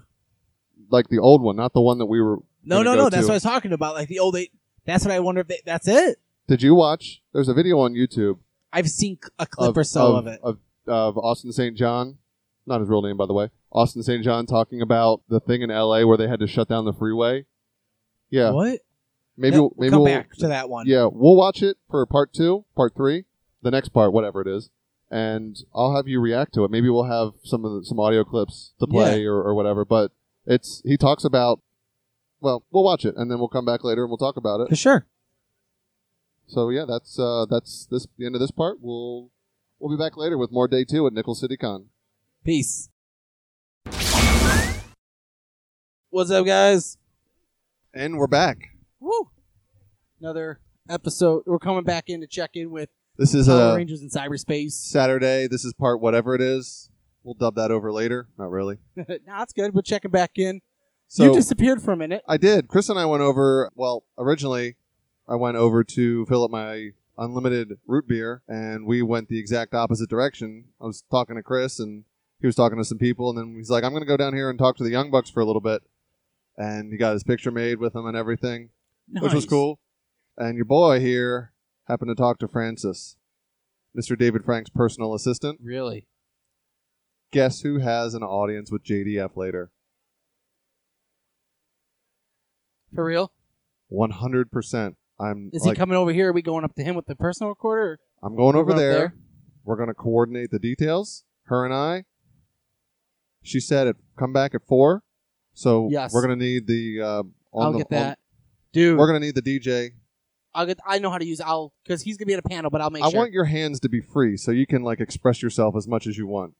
[SPEAKER 5] like the old one, not the one that we were.
[SPEAKER 6] no
[SPEAKER 5] gonna
[SPEAKER 6] no
[SPEAKER 5] go
[SPEAKER 6] no. That's
[SPEAKER 5] to.
[SPEAKER 6] what I was talking about. Like the old. Eight, that's what I wonder if they, that's it.
[SPEAKER 5] Did you watch? There's a video on YouTube
[SPEAKER 6] I've seen c- a clip
[SPEAKER 5] of
[SPEAKER 6] or so
[SPEAKER 5] of,
[SPEAKER 6] of, it.
[SPEAKER 5] of, of Austin St. John, not his real name by the way. Austin St. John talking about the thing in L.A. where they had to shut down the freeway. Yeah,
[SPEAKER 6] What?
[SPEAKER 5] maybe
[SPEAKER 6] Yeah,
[SPEAKER 5] we'll- maybe
[SPEAKER 6] come
[SPEAKER 5] we'll-
[SPEAKER 6] back to that one.
[SPEAKER 5] Yeah, we'll watch it for part two, part three, the next part, whatever it is, and I'll have you react to it. Maybe we'll have some of the, some audio clips to play or, or whatever. But it's he talks about. Well, we'll watch it and then we'll come back later and we'll talk about
[SPEAKER 6] for
[SPEAKER 5] it.
[SPEAKER 6] sure.
[SPEAKER 5] So yeah, that's uh, that's this the end of this part. We'll we'll be back later with more day two at Nickel City Con.
[SPEAKER 6] Peace. What's up, guys?
[SPEAKER 5] And we're back.
[SPEAKER 6] Woo! another episode. We're coming back in to check in with
[SPEAKER 5] This is
[SPEAKER 6] Power
[SPEAKER 5] a
[SPEAKER 6] Rangers in cyberspace. [LAUGHS]
[SPEAKER 5] Saturday. This is part whatever it is. We'll dub that over later. Not really.
[SPEAKER 6] no, that's good. We're checking back in.
[SPEAKER 5] So
[SPEAKER 6] you disappeared for a minute.
[SPEAKER 5] I did. Chris and I went over. Well, originally, I went over to fill up my unlimited root beer, and we went the exact opposite direction. I was talking to Chris, and he was talking to some people, and then he's like, "I'm going to go down here and talk to the Young Bucks for a little bit," and he got his picture made with them and everything, which was
[SPEAKER 6] Nice.
[SPEAKER 5] cool. And your boy here happened to talk to Francis, Mr. David Frank's personal assistant.
[SPEAKER 6] Really?
[SPEAKER 5] Guess who has an audience with JDF later?
[SPEAKER 6] For real?
[SPEAKER 5] One hundred percent. I'm
[SPEAKER 6] Is
[SPEAKER 5] like,
[SPEAKER 6] he coming over here? Are we going up to him with the personal recorder?
[SPEAKER 5] I'm going over
[SPEAKER 6] Over up
[SPEAKER 5] there.
[SPEAKER 6] there.
[SPEAKER 5] We're going to coordinate the details. Her and I. She said it come back at four. So
[SPEAKER 6] Yes.
[SPEAKER 5] we're going to need the. Uh, on
[SPEAKER 6] I'll
[SPEAKER 5] the,
[SPEAKER 6] get
[SPEAKER 5] on-
[SPEAKER 6] that. Dude,
[SPEAKER 5] we're going to need the DJ.
[SPEAKER 6] I'll get. I know how to use. I'll because he's gonna be at a panel, but I'll make
[SPEAKER 5] I
[SPEAKER 6] sure.
[SPEAKER 5] want your hands to be free so you can like express yourself as much as you want.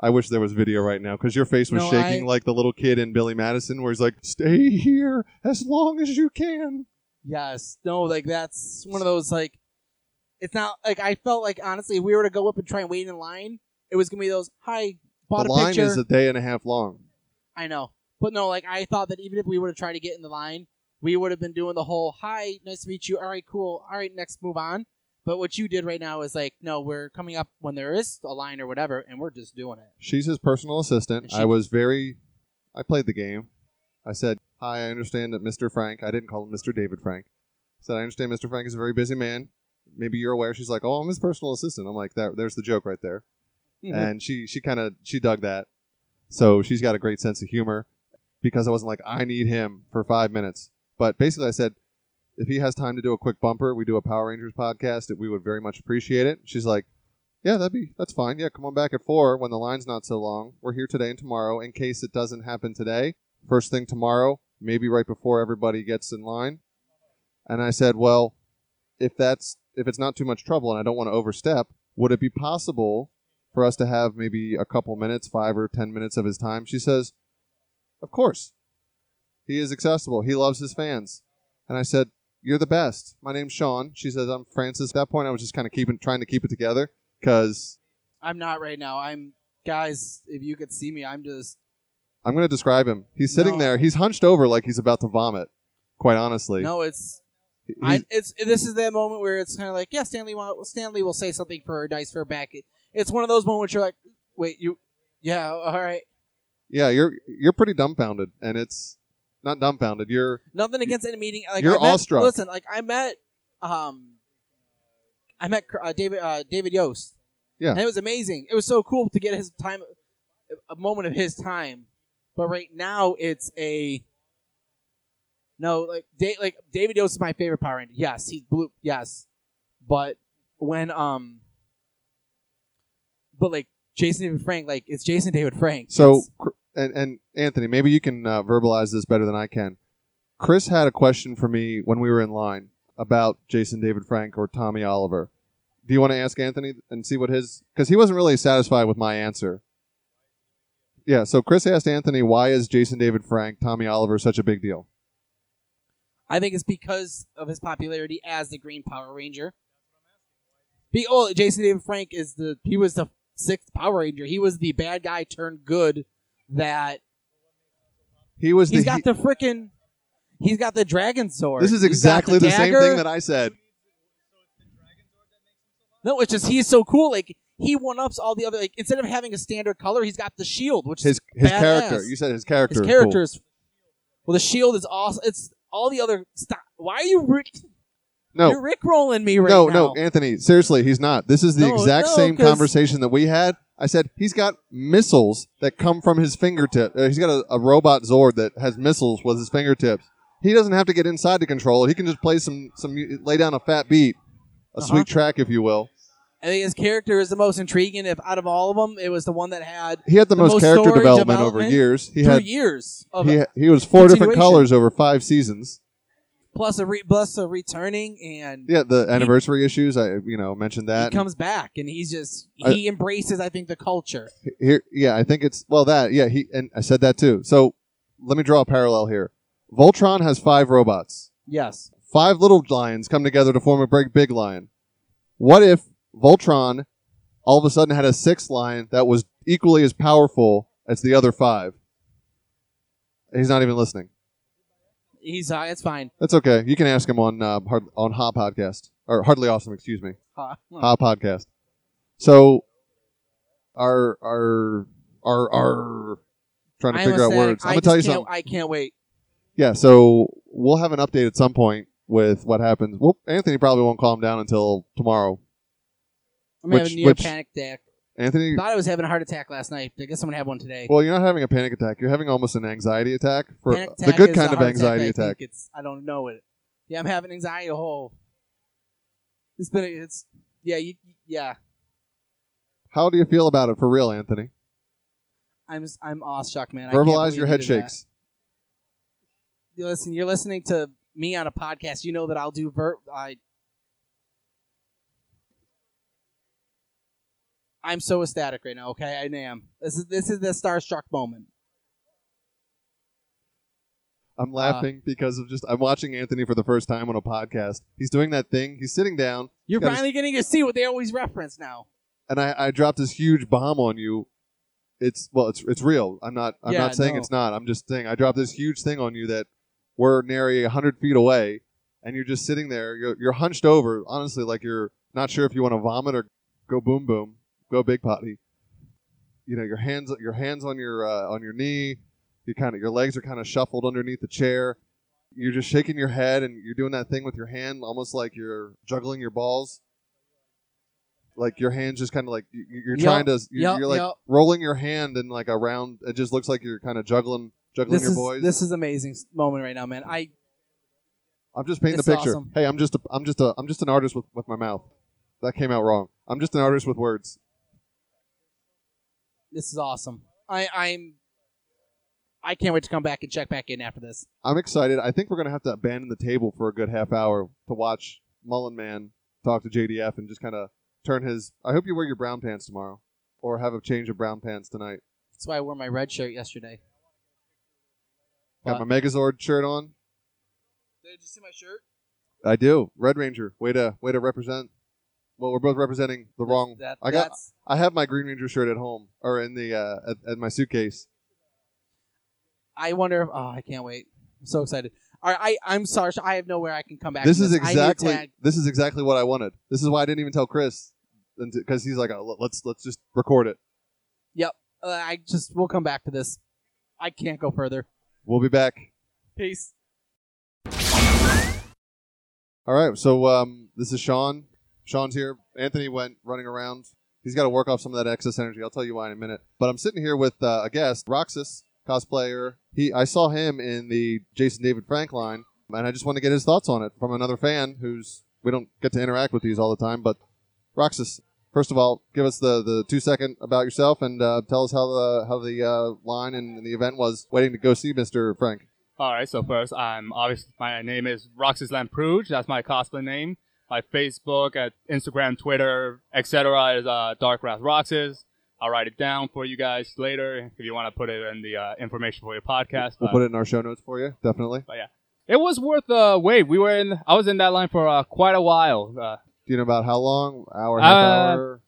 [SPEAKER 5] I wish there was video right now because your face was
[SPEAKER 6] No,
[SPEAKER 5] shaking
[SPEAKER 6] I-
[SPEAKER 5] like the little kid in Billy Madison, where he's like, "Stay here as long as you can."
[SPEAKER 6] Yes. No, like that's one of those like it's not like I felt like honestly if we were to go up and try and wait in line, it was gonna be those hi, bought
[SPEAKER 5] the
[SPEAKER 6] a
[SPEAKER 5] line
[SPEAKER 6] picture.
[SPEAKER 5] is a day and a half long.
[SPEAKER 6] I know. But no, like I thought that even if we would have tried to get in the line, we would have been doing the whole hi, nice to meet you, all right, cool, all right, next move on. But what you did right now is like, no, we're coming up when there is a line or whatever, and we're just doing it.
[SPEAKER 5] She's his personal assistant.
[SPEAKER 6] And she-
[SPEAKER 5] I was very. I played the game. I said, "Hi, I understand that Mr. Frank. I didn't call him Mr. David Frank. I said I understand Mr. Frank is a very busy man. Maybe you're aware." She's like, "Oh, I'm his personal assistant." I'm like, "That there's the joke right there." And she she kind of she dug that. So she's got a great sense of humor because I wasn't like I need him for five minutes. But basically, I said if he has time to do a quick bumper, we do a Power Rangers podcast. That we would very much appreciate it. She's like. Yeah, that'd be that's fine. Yeah, come on back at four when the line's not so long. We're here today and tomorrow in case it doesn't happen today. First thing tomorrow, maybe right before everybody gets in line. And I said, well, if that's if it's not too much trouble and I don't want to overstep, would it be possible for us to have maybe a couple minutes, five or ten minutes of his time? She says, of course. He is accessible. He loves his fans. And I said, you're the best. My name's Sean. She says, I'm Francis. At that point, I was just kind of keeping trying to keep it together because
[SPEAKER 6] I'm not right now. I'm guys, if you could see me, I'm just
[SPEAKER 5] I'm going to describe him. He's sitting
[SPEAKER 6] No.
[SPEAKER 5] there. He's hunched over like he's about to vomit. Quite honestly,
[SPEAKER 6] no, it's
[SPEAKER 5] He-
[SPEAKER 6] I,
[SPEAKER 5] he's-
[SPEAKER 6] it's this is that moment where it's kind of like, yeah, Stanley. Will, Stanley will say something for dice for back. It's one of those moments you're like, wait, you, yeah, all right.
[SPEAKER 5] yeah, you're you're pretty dumbfounded, and it's not dumbfounded. You're
[SPEAKER 6] Nothing against any meeting. Like,
[SPEAKER 5] You're
[SPEAKER 6] I met,
[SPEAKER 5] awestruck.
[SPEAKER 6] Listen, like I met, um, I met uh, David uh, David Yost.
[SPEAKER 5] Yeah.
[SPEAKER 6] and it was amazing. It was so cool to get his time, a moment of his time. But right now, it's a no. Like, da- like David Yost is my favorite Power Ranger. Yes, he's blue. Yes, but when um, but like Jason David Frank, like it's Jason David Frank.
[SPEAKER 5] so.
[SPEAKER 6] It's-
[SPEAKER 5] Cr- And, and Anthony, maybe you can uh, verbalize this better than I can. Chris had a question for me when we were in line about Jason David Frank or Tommy Oliver. Do you want to ask Anthony and see what his? Because he wasn't really satisfied with my answer. Yeah. So Chris asked Anthony, "Why is Jason David Frank, Tommy Oliver, such a big deal?"
[SPEAKER 6] I think it's because of his popularity as the Green Power Ranger. Be oh, Jason David Frank is the he was the sixth Power Ranger. He was the bad guy turned good. That
[SPEAKER 5] He was
[SPEAKER 6] he's
[SPEAKER 5] the
[SPEAKER 6] got
[SPEAKER 5] he-
[SPEAKER 6] the frickin' he's got the dragon sword.
[SPEAKER 5] This is exactly the, same thing that I said.
[SPEAKER 6] no, it's just he's so cool. Like he one ups all the other. Like instead of having a standard color, he's got the shield, which
[SPEAKER 5] His
[SPEAKER 6] is
[SPEAKER 5] his
[SPEAKER 6] badass.
[SPEAKER 5] character. You said his character.
[SPEAKER 6] His
[SPEAKER 5] is
[SPEAKER 6] character is well. The shield is awesome. It's all the other. Stop. Why are you Rick?
[SPEAKER 5] Cool.
[SPEAKER 6] You're Rick rolling me right
[SPEAKER 5] No, no,
[SPEAKER 6] now.
[SPEAKER 5] no, Anthony. Seriously, he's not. This is the
[SPEAKER 6] No,
[SPEAKER 5] exact
[SPEAKER 6] no,
[SPEAKER 5] same
[SPEAKER 6] 'cause-
[SPEAKER 5] conversation that we had. I said he's got missiles that come from his fingertip. Uh, he's got a, a robot Zord that has missiles with his fingertips. He doesn't have to get inside to control it. He can just play some some mu- lay down a fat beat, a
[SPEAKER 6] Uh-huh.
[SPEAKER 5] sweet track, if you will.
[SPEAKER 6] I think his character is the most intriguing. If out of all of them, it was the one that had
[SPEAKER 5] He had the,
[SPEAKER 6] The
[SPEAKER 5] most,
[SPEAKER 6] most
[SPEAKER 5] character
[SPEAKER 6] story
[SPEAKER 5] development, over
[SPEAKER 6] development
[SPEAKER 5] years. He
[SPEAKER 6] two
[SPEAKER 5] had
[SPEAKER 6] years of
[SPEAKER 5] he, he was four different
[SPEAKER 6] continuation.
[SPEAKER 5] colors over five seasons.
[SPEAKER 6] plus a re, plus a returning, and
[SPEAKER 5] Yeah, the anniversary issues. I you know mentioned that.
[SPEAKER 6] he comes back, and he's just
[SPEAKER 5] I-
[SPEAKER 6] he embraces. I think the culture.
[SPEAKER 5] here yeah i think it's well that yeah he and i said that too so let me draw a parallel here voltron has five robots
[SPEAKER 6] Yes,
[SPEAKER 5] Five little lions come together to form a big, big lion. What if Voltron all of a sudden had a sixth lion that was equally as powerful as the other five? He's not even listening.
[SPEAKER 6] He's uh, it's fine.
[SPEAKER 5] That's okay. You can ask him on uh, hard, on Ha podcast or Hardly Awesome. Excuse me,
[SPEAKER 6] Huh.
[SPEAKER 5] Ha podcast. So, our our our our trying to
[SPEAKER 6] I
[SPEAKER 5] figure out
[SPEAKER 6] almost said,
[SPEAKER 5] words. I'm
[SPEAKER 6] I
[SPEAKER 5] gonna
[SPEAKER 6] just
[SPEAKER 5] tell you
[SPEAKER 6] can't-
[SPEAKER 5] something.
[SPEAKER 6] I can't wait.
[SPEAKER 5] Yeah, so we'll have an update at some point with what happens. Well, Anthony probably won't calm down until tomorrow.
[SPEAKER 6] I'm
[SPEAKER 5] Which-
[SPEAKER 6] having a near
[SPEAKER 5] which-
[SPEAKER 6] panic attack.
[SPEAKER 5] Anthony,
[SPEAKER 6] Thought I was having a heart attack last night. I guess someone had one today.
[SPEAKER 5] well, you're not having a panic attack. You're having almost an anxiety attack for
[SPEAKER 6] Panic
[SPEAKER 5] the
[SPEAKER 6] attack
[SPEAKER 5] good
[SPEAKER 6] is a
[SPEAKER 5] kind of
[SPEAKER 6] heart
[SPEAKER 5] anxiety
[SPEAKER 6] I
[SPEAKER 5] attack.
[SPEAKER 6] think It's I don't know it. Yeah, I'm having anxiety. a whole. It's been a, it's yeah you, yeah
[SPEAKER 5] How do you feel about it for real, Anthony?
[SPEAKER 6] I'm s- I'm awestruck man. I can't
[SPEAKER 5] Verbalize your head
[SPEAKER 6] believe you did that.
[SPEAKER 5] shakes.
[SPEAKER 6] You listen, you're listening to me on a podcast. You know that I'll do ver. I. I'm so ecstatic right now. Okay, I am. This is this is the starstruck moment.
[SPEAKER 5] I'm
[SPEAKER 6] Uh,
[SPEAKER 5] laughing because of just I'm watching Anthony for the first time on a podcast. He's doing that thing. He's sitting down,
[SPEAKER 6] You're
[SPEAKER 5] Gotta-
[SPEAKER 6] finally getting to see what they always reference now.
[SPEAKER 5] and I, I dropped this huge bomb on you. It's well, it's it's real. I'm not I'm
[SPEAKER 6] Yeah,
[SPEAKER 5] not saying
[SPEAKER 6] no.
[SPEAKER 5] it's not. I'm just saying I dropped this huge thing on you that we're nary hundred feet away, and you're just sitting there. You're you're hunched over, honestly, like you're not sure if you want to vomit or go boom boom, go big potty. You know your hands your hands on your uh, on your knee. You kind of your legs are kind of shuffled underneath the chair. You're just shaking your head and you're doing that thing with your hand, almost like you're juggling your balls. Like your hands just kind of like you- you're
[SPEAKER 6] Yup,
[SPEAKER 5] trying to you're,
[SPEAKER 6] yup,
[SPEAKER 5] you're like
[SPEAKER 6] yup.
[SPEAKER 5] rolling your hand and like around. It just looks like you're kind of juggling juggling
[SPEAKER 6] This
[SPEAKER 5] your
[SPEAKER 6] is
[SPEAKER 5] boys.
[SPEAKER 6] this is amazing s- moment right now, man. I
[SPEAKER 5] I'm just painting the
[SPEAKER 6] It's
[SPEAKER 5] picture.
[SPEAKER 6] awesome.
[SPEAKER 5] Hey, I'm just a, I'm just a I'm just an artist with, with my mouth. That came out wrong. I'm just an artist with words.
[SPEAKER 6] this is awesome. I I'm I can't wait to come back and check back in after this.
[SPEAKER 5] I'm excited. I think we're gonna have to abandon the table for a good half hour to watch Mullen Man talk to JDF and just kind of turn his. I hope you wear your brown pants tomorrow, or have a change of brown pants tonight.
[SPEAKER 6] That's why I wore my red shirt yesterday.
[SPEAKER 5] Got
[SPEAKER 6] Uh,
[SPEAKER 5] my Megazord shirt on.
[SPEAKER 6] Did you see my shirt?
[SPEAKER 5] I do. Red Ranger. Way to way to represent. Well, we're both representing the wrong.
[SPEAKER 6] That,
[SPEAKER 5] I got.
[SPEAKER 6] that's-
[SPEAKER 5] I have my Green Ranger shirt at home or in the uh, at, at my suitcase.
[SPEAKER 6] I wonder. If, oh, I can't wait. I'm so excited. All right, I I'm sorry. I have nowhere I can come back.
[SPEAKER 5] this
[SPEAKER 6] to
[SPEAKER 5] is
[SPEAKER 6] I need a
[SPEAKER 5] exactly
[SPEAKER 6] tag.
[SPEAKER 5] this is exactly what I wanted. This is why I didn't even tell Chris because he's like, oh, let's let's just record it.
[SPEAKER 6] Uh, I just we'll come back to this. I can't go further.
[SPEAKER 5] We'll be back.
[SPEAKER 6] Peace.
[SPEAKER 5] All right, so um, this is Sean. Sean's here. Anthony went running around. He's got to work off some of that excess energy. I'll tell you why in a minute. But I'm sitting here with uh, a guest, Roxas cosplayer. He, I saw him in the Jason David Frank line, and I just want to get his thoughts on it from another fan who's we don't get to interact with these all the time. But Roxas, first of all, give us the, the two second about yourself and uh, tell us how the how the uh, line and the event was waiting to go see Mister Frank.
[SPEAKER 8] All right, so first, I'm obviously my name is Roxas Lamprouge. That's my cosplay name. My Facebook, at Instagram, Twitter, etc. is uh, Dark Wrath Roxas. I'll write it down for you guys later if you want to put it in the uh, information for your podcast.
[SPEAKER 5] We'll
[SPEAKER 8] but-
[SPEAKER 5] put it in our show notes for you, definitely.
[SPEAKER 8] it was worth the wait. We were in. I was in that line for uh, quite a while. Uh,
[SPEAKER 5] Do you know about how long? Hour, half
[SPEAKER 8] Uh,
[SPEAKER 5] hour.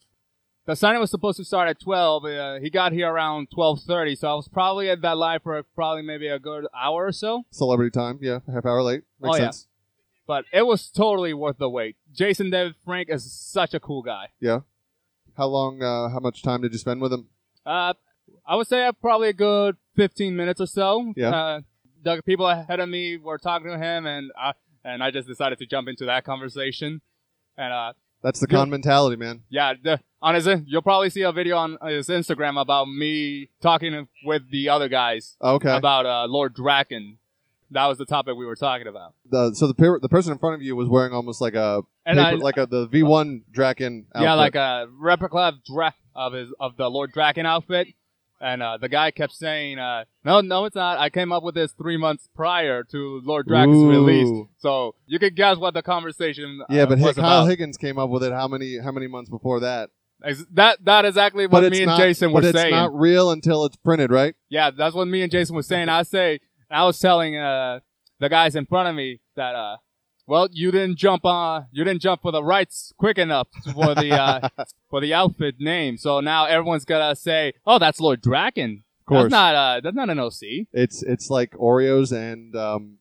[SPEAKER 8] the signing was supposed to start at 12. Uh, he got here around 12:30, so I was probably at that line for probably maybe a good hour or so.
[SPEAKER 5] Celebrity time, yeah, half hour late. Makes
[SPEAKER 8] Oh, yeah.
[SPEAKER 5] sense.
[SPEAKER 8] But it was totally worth the wait. Jason David Frank is such a cool guy.
[SPEAKER 5] How long? Uh, how much time did you spend with him?
[SPEAKER 8] Uh, I would say I probably a good 15 minutes or so.
[SPEAKER 5] Yeah.
[SPEAKER 8] Uh, the people ahead of me were talking to him, and I and I just decided to jump into that conversation. And uh,
[SPEAKER 5] That's the
[SPEAKER 8] Yeah.
[SPEAKER 5] con mentality, man.
[SPEAKER 8] yeah, the, honestly, you'll probably see a video on his Instagram about me talking with the other guys
[SPEAKER 5] Oh, Okay.
[SPEAKER 8] about uh, Lord Draken. That was the topic we were talking about.
[SPEAKER 5] the, so the per- the person in front of you was wearing almost like a
[SPEAKER 8] And
[SPEAKER 5] paper,
[SPEAKER 8] I-
[SPEAKER 5] like a the V one Draken. Outfit.
[SPEAKER 8] Yeah, like a replica of, Dra- of his of the Lord Draken outfit, and uh, the guy kept saying, uh, "No, no, it's not. I came up with this three months prior to Lord Draken's
[SPEAKER 5] Ooh.
[SPEAKER 8] release." So you can guess what the conversation.
[SPEAKER 5] yeah,
[SPEAKER 8] uh,
[SPEAKER 5] but hey,
[SPEAKER 8] was
[SPEAKER 5] Kyle
[SPEAKER 8] about.
[SPEAKER 5] Higgins came up with it. How many how many months before that?
[SPEAKER 8] Ex- that that exactly
[SPEAKER 5] but
[SPEAKER 8] what
[SPEAKER 5] it's
[SPEAKER 8] me and
[SPEAKER 5] not,
[SPEAKER 8] Jason
[SPEAKER 5] but
[SPEAKER 8] were
[SPEAKER 5] it's
[SPEAKER 8] saying.
[SPEAKER 5] not real until it's printed, right?
[SPEAKER 8] Yeah, that's what me and Jason were saying. I say I was telling uh, the guys in front of me that uh,
[SPEAKER 6] Well, you didn't jump on. you didn't jump for the rights quick enough for the
[SPEAKER 5] [LAUGHS]
[SPEAKER 6] uh, for the outfit name. So now everyone's gonna say, "Oh, that's Lord Draken."
[SPEAKER 5] Of course,
[SPEAKER 6] That's not uh, that's not an OC.
[SPEAKER 5] it's it's like Oreos and um,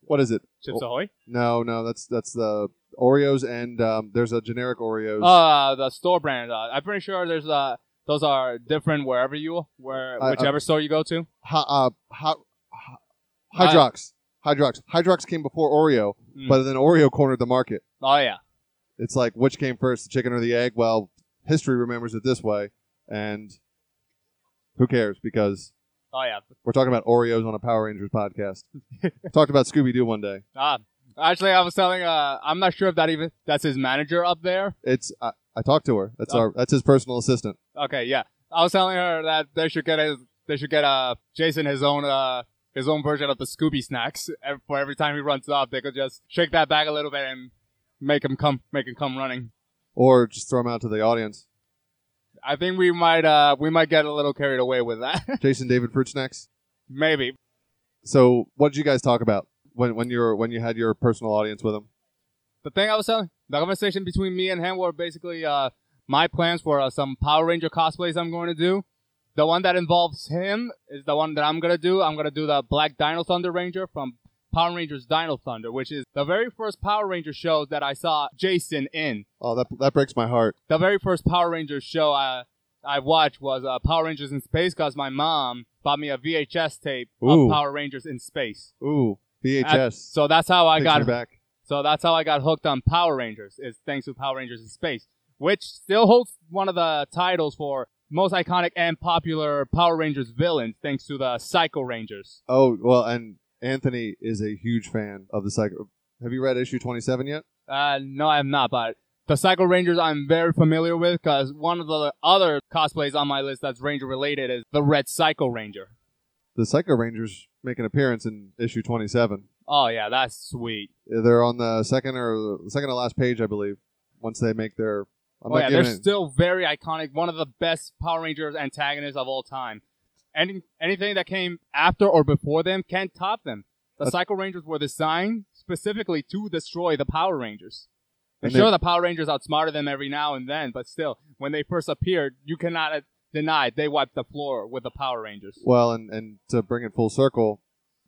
[SPEAKER 5] what is it?
[SPEAKER 6] Chips
[SPEAKER 5] O-
[SPEAKER 6] Ahoy.
[SPEAKER 5] no, no, that's that's the Oreos and um, there's a generic Oreos.
[SPEAKER 6] Uh, the store brand. Uh, I'm pretty sure there's uh those are different wherever you where
[SPEAKER 5] I- I-
[SPEAKER 6] whichever store you go to.
[SPEAKER 5] Hi- uh, hi- hi-
[SPEAKER 6] Hi-
[SPEAKER 5] Hydrox, Hydrox, Hydrox came before Oreo,
[SPEAKER 6] Mm.
[SPEAKER 5] but then Oreo cornered the market.
[SPEAKER 6] Oh yeah.
[SPEAKER 5] It's like which came first, the chicken or the egg? Well, history remembers it this way, and who cares? Because
[SPEAKER 6] Oh yeah.
[SPEAKER 5] we're talking about Oreos on a Power Rangers
[SPEAKER 6] [LAUGHS]
[SPEAKER 5] podcast. Talked about Scooby Doo one day.
[SPEAKER 6] Ah, actually, I was telling. Uh, I'm not sure if that even that's his manager up there.
[SPEAKER 5] It's I, I talked to her. That's
[SPEAKER 6] Oh.
[SPEAKER 5] our that's his personal assistant.
[SPEAKER 6] Okay, yeah. I was telling her that they should get his, they should get uh Jason his own uh his own version of the Scooby snacks [LAUGHS] Ev- for every time he runs off. They could just shake that back a little bit and make him come make him come running.
[SPEAKER 5] Or just throw him out to the audience.
[SPEAKER 6] I think we might uh we might get a little carried away with that. [LAUGHS]
[SPEAKER 5] Jason David Fruit Snacks.
[SPEAKER 6] Maybe.
[SPEAKER 5] So what did you guys talk about when when you were when you had your personal audience with him?
[SPEAKER 6] The thing I was telling the conversation between me and him were basically uh my plans for uh, some Power Ranger cosplays I'm going to do. The one that involves him is the one that I'm gonna do. I'm gonna do the Black Dino Thunder Ranger from Power Rangers Dino Thunder, which is the very first Power Ranger show that I saw Jason in.
[SPEAKER 5] Oh, that that breaks my heart.
[SPEAKER 6] The very first Power Rangers show I I watched was uh, Power Rangers in Space because my mom bought me a VHS tape
[SPEAKER 5] Ooh.
[SPEAKER 6] of Power Rangers in Space.
[SPEAKER 5] Ooh, VHS.
[SPEAKER 6] Uh, so that's how I
[SPEAKER 5] Takes
[SPEAKER 6] got
[SPEAKER 5] me back.
[SPEAKER 6] so that's how I got hooked on Power Rangers, is thanks to Power Rangers in Space, which still holds one of the titles for most iconic and popular Power Rangers villains, thanks to the Psycho Rangers.
[SPEAKER 5] Oh well, and Anthony is a huge fan of the Psycho. Have you read issue twenty seven yet?
[SPEAKER 6] Uh, no, I'm not, but the Psycho Rangers I'm very familiar with because one of the other cosplays on my list that's Ranger related is the Red Psycho Ranger.
[SPEAKER 5] The Psycho Rangers make an appearance in issue twenty seven.
[SPEAKER 6] Oh, yeah, that's sweet.
[SPEAKER 5] They're on the second or the second to last page, I believe. Once they make their, I'm
[SPEAKER 6] oh,
[SPEAKER 5] not
[SPEAKER 6] yeah,
[SPEAKER 5] giving
[SPEAKER 6] they're
[SPEAKER 5] it-
[SPEAKER 6] still very iconic. One of the best Power Rangers antagonists of all time. Any, anything that came after or before them can't top them. The
[SPEAKER 5] That's-
[SPEAKER 6] Psycho Rangers were designed specifically to destroy the Power Rangers. And
[SPEAKER 5] And they-
[SPEAKER 6] sure, the Power Rangers outsmarted them every now and then, but still, when they first appeared, you cannot uh, deny they wiped the floor with the Power Rangers.
[SPEAKER 5] well, and and to bring it full circle,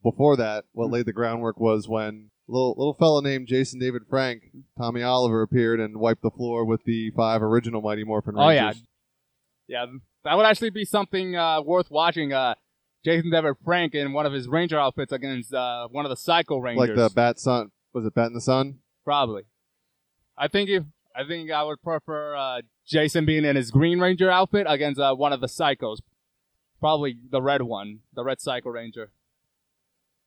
[SPEAKER 5] before that,
[SPEAKER 6] Hmm.
[SPEAKER 5] what laid the groundwork was when a little little fellow named Jason David Frank, Tommy Oliver appeared and wiped the floor with the five original Mighty Morphin
[SPEAKER 6] Oh, yeah.
[SPEAKER 5] Rangers.
[SPEAKER 6] Yeah, that would actually be something uh, worth watching. Uh, Jason Devitt Frank in one of his Ranger outfits against uh, one of the Psycho Rangers.
[SPEAKER 5] like the Bat Sun. Was it Bat in the Sun?
[SPEAKER 6] Probably. I think if I think I would prefer uh, Jason being in his Green Ranger outfit against uh, one of the psychos. Probably the red one, the red Psycho Ranger.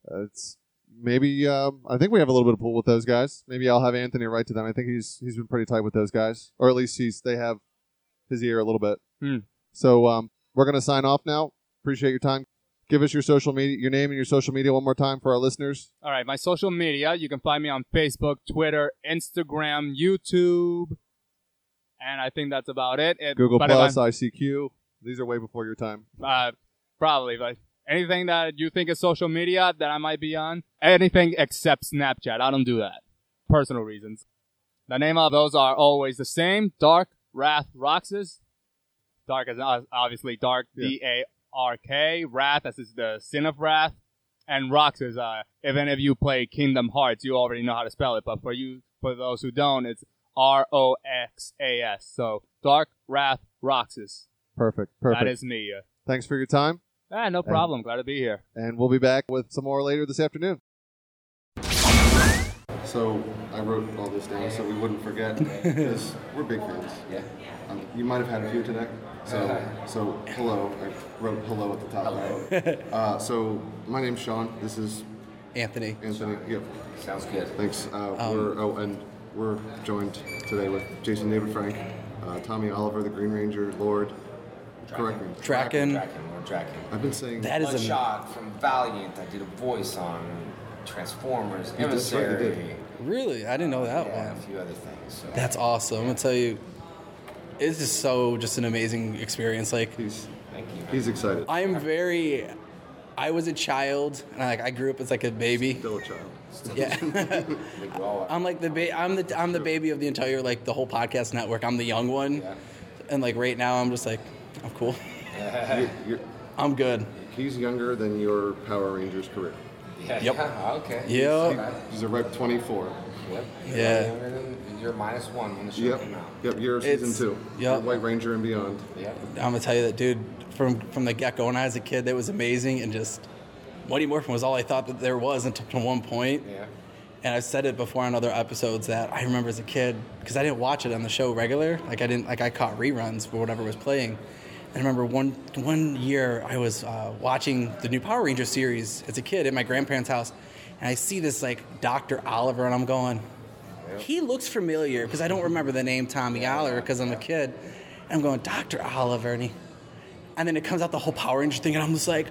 [SPEAKER 5] Uh, it's maybe um, I think we have a little bit of pull with those guys. Maybe I'll have Anthony write to them. I think he's he's been pretty tight with those guys, or at least he's they have his ear a little bit.
[SPEAKER 6] Hmm.
[SPEAKER 5] So um, we're gonna sign off now. Appreciate your time. Give us your social media, your name and your social media one more time for our listeners.
[SPEAKER 6] All right, my social media. You can find me on Facebook, Twitter, Instagram, YouTube, and I think that's about it. It-
[SPEAKER 5] Google
[SPEAKER 6] but if
[SPEAKER 5] Plus,
[SPEAKER 6] I'm-
[SPEAKER 5] ICQ. These are way before your time.
[SPEAKER 6] uh, probably, but anything that you think is social media that I might be on, anything except Snapchat. I don't do that. Personal reasons. The name of those are always the same: Dark Wrath Roxas. Dark is ob- obviously Dark
[SPEAKER 5] Yeah.
[SPEAKER 6] D A R K. Wrath as is the sin of wrath, and Roxas. Uh, if any of you play Kingdom Hearts, you already know how to spell it. But for you, for those who don't, it's R O X A S. So Dark Wrath Roxas.
[SPEAKER 5] Perfect, perfect.
[SPEAKER 6] That is me. Uh,
[SPEAKER 5] Thanks for your time,
[SPEAKER 6] Ah, no problem. Glad to be here.
[SPEAKER 5] and we'll be back with some more later this afternoon. So I wrote all this down so we wouldn't [LAUGHS] forget because we're big fans. Yeah. Um, you might have had a few today. So so hello. I wrote hello at the top. Hello. Uh, so my name's Sean. This is
[SPEAKER 9] Anthony.
[SPEAKER 5] Anthony. Yep.
[SPEAKER 9] Sounds good.
[SPEAKER 5] Thanks. Uh,
[SPEAKER 6] Um,
[SPEAKER 5] we're oh and we're joined today with Jason David Frank, uh, Tommy Oliver, the Green Ranger, Lord. Correct me.
[SPEAKER 9] Draken.
[SPEAKER 10] Lord Draken.
[SPEAKER 5] I've been saying
[SPEAKER 9] That is a
[SPEAKER 10] Bloodshot from Valiant. I did a voice on Transformers,
[SPEAKER 5] did, that's right, you
[SPEAKER 10] Emissary,
[SPEAKER 5] did.
[SPEAKER 9] really. I didn't know that
[SPEAKER 10] and a
[SPEAKER 9] one.
[SPEAKER 10] few other things. So.
[SPEAKER 9] That's awesome. I'm gonna tell you, it's just so just an amazing experience. Like
[SPEAKER 5] he's he's excited.
[SPEAKER 9] I'm very
[SPEAKER 6] I was a child, and I, like I grew up as like a baby.
[SPEAKER 5] Still a child. Still
[SPEAKER 6] Yeah. [LAUGHS] I'm like the ba- I'm the I'm the baby of the entire like the whole podcast network. I'm the young one, and like right now I'm just like I'm cool.
[SPEAKER 5] [LAUGHS] you're,
[SPEAKER 6] I'm good.
[SPEAKER 5] He's younger than your Power Rangers career.
[SPEAKER 10] Yeah, Yep. yeah, [LAUGHS] okay.
[SPEAKER 6] Yep.
[SPEAKER 5] He's a rep 24.
[SPEAKER 10] Yep.
[SPEAKER 6] Yeah.
[SPEAKER 10] Younger than- You're minus one when the show
[SPEAKER 5] Yep.
[SPEAKER 10] came out.
[SPEAKER 5] Yep. You're
[SPEAKER 6] It's-
[SPEAKER 5] season two.
[SPEAKER 6] yep.
[SPEAKER 5] You're White Ranger and beyond.
[SPEAKER 10] Yep.
[SPEAKER 6] I'm gonna tell you that, dude. From from the get go, when I was a kid, that was amazing, and just Mighty Morphin was all I thought that there was until to one point.
[SPEAKER 10] Yeah.
[SPEAKER 6] and I've said it before on other episodes that I remember as a kid because I didn't watch it on the show regular. Like I didn't like I caught reruns for whatever was playing. I remember one one year I was uh, watching the new Power Ranger series as a kid at my grandparents' house, and I see this like Doctor Oliver, and I'm going, he looks familiar because I don't remember the name Tommy Oliver because I'm a kid. And I'm going Doctor Oliver, and he, and then it comes out the whole Power Ranger thing, and I'm just like,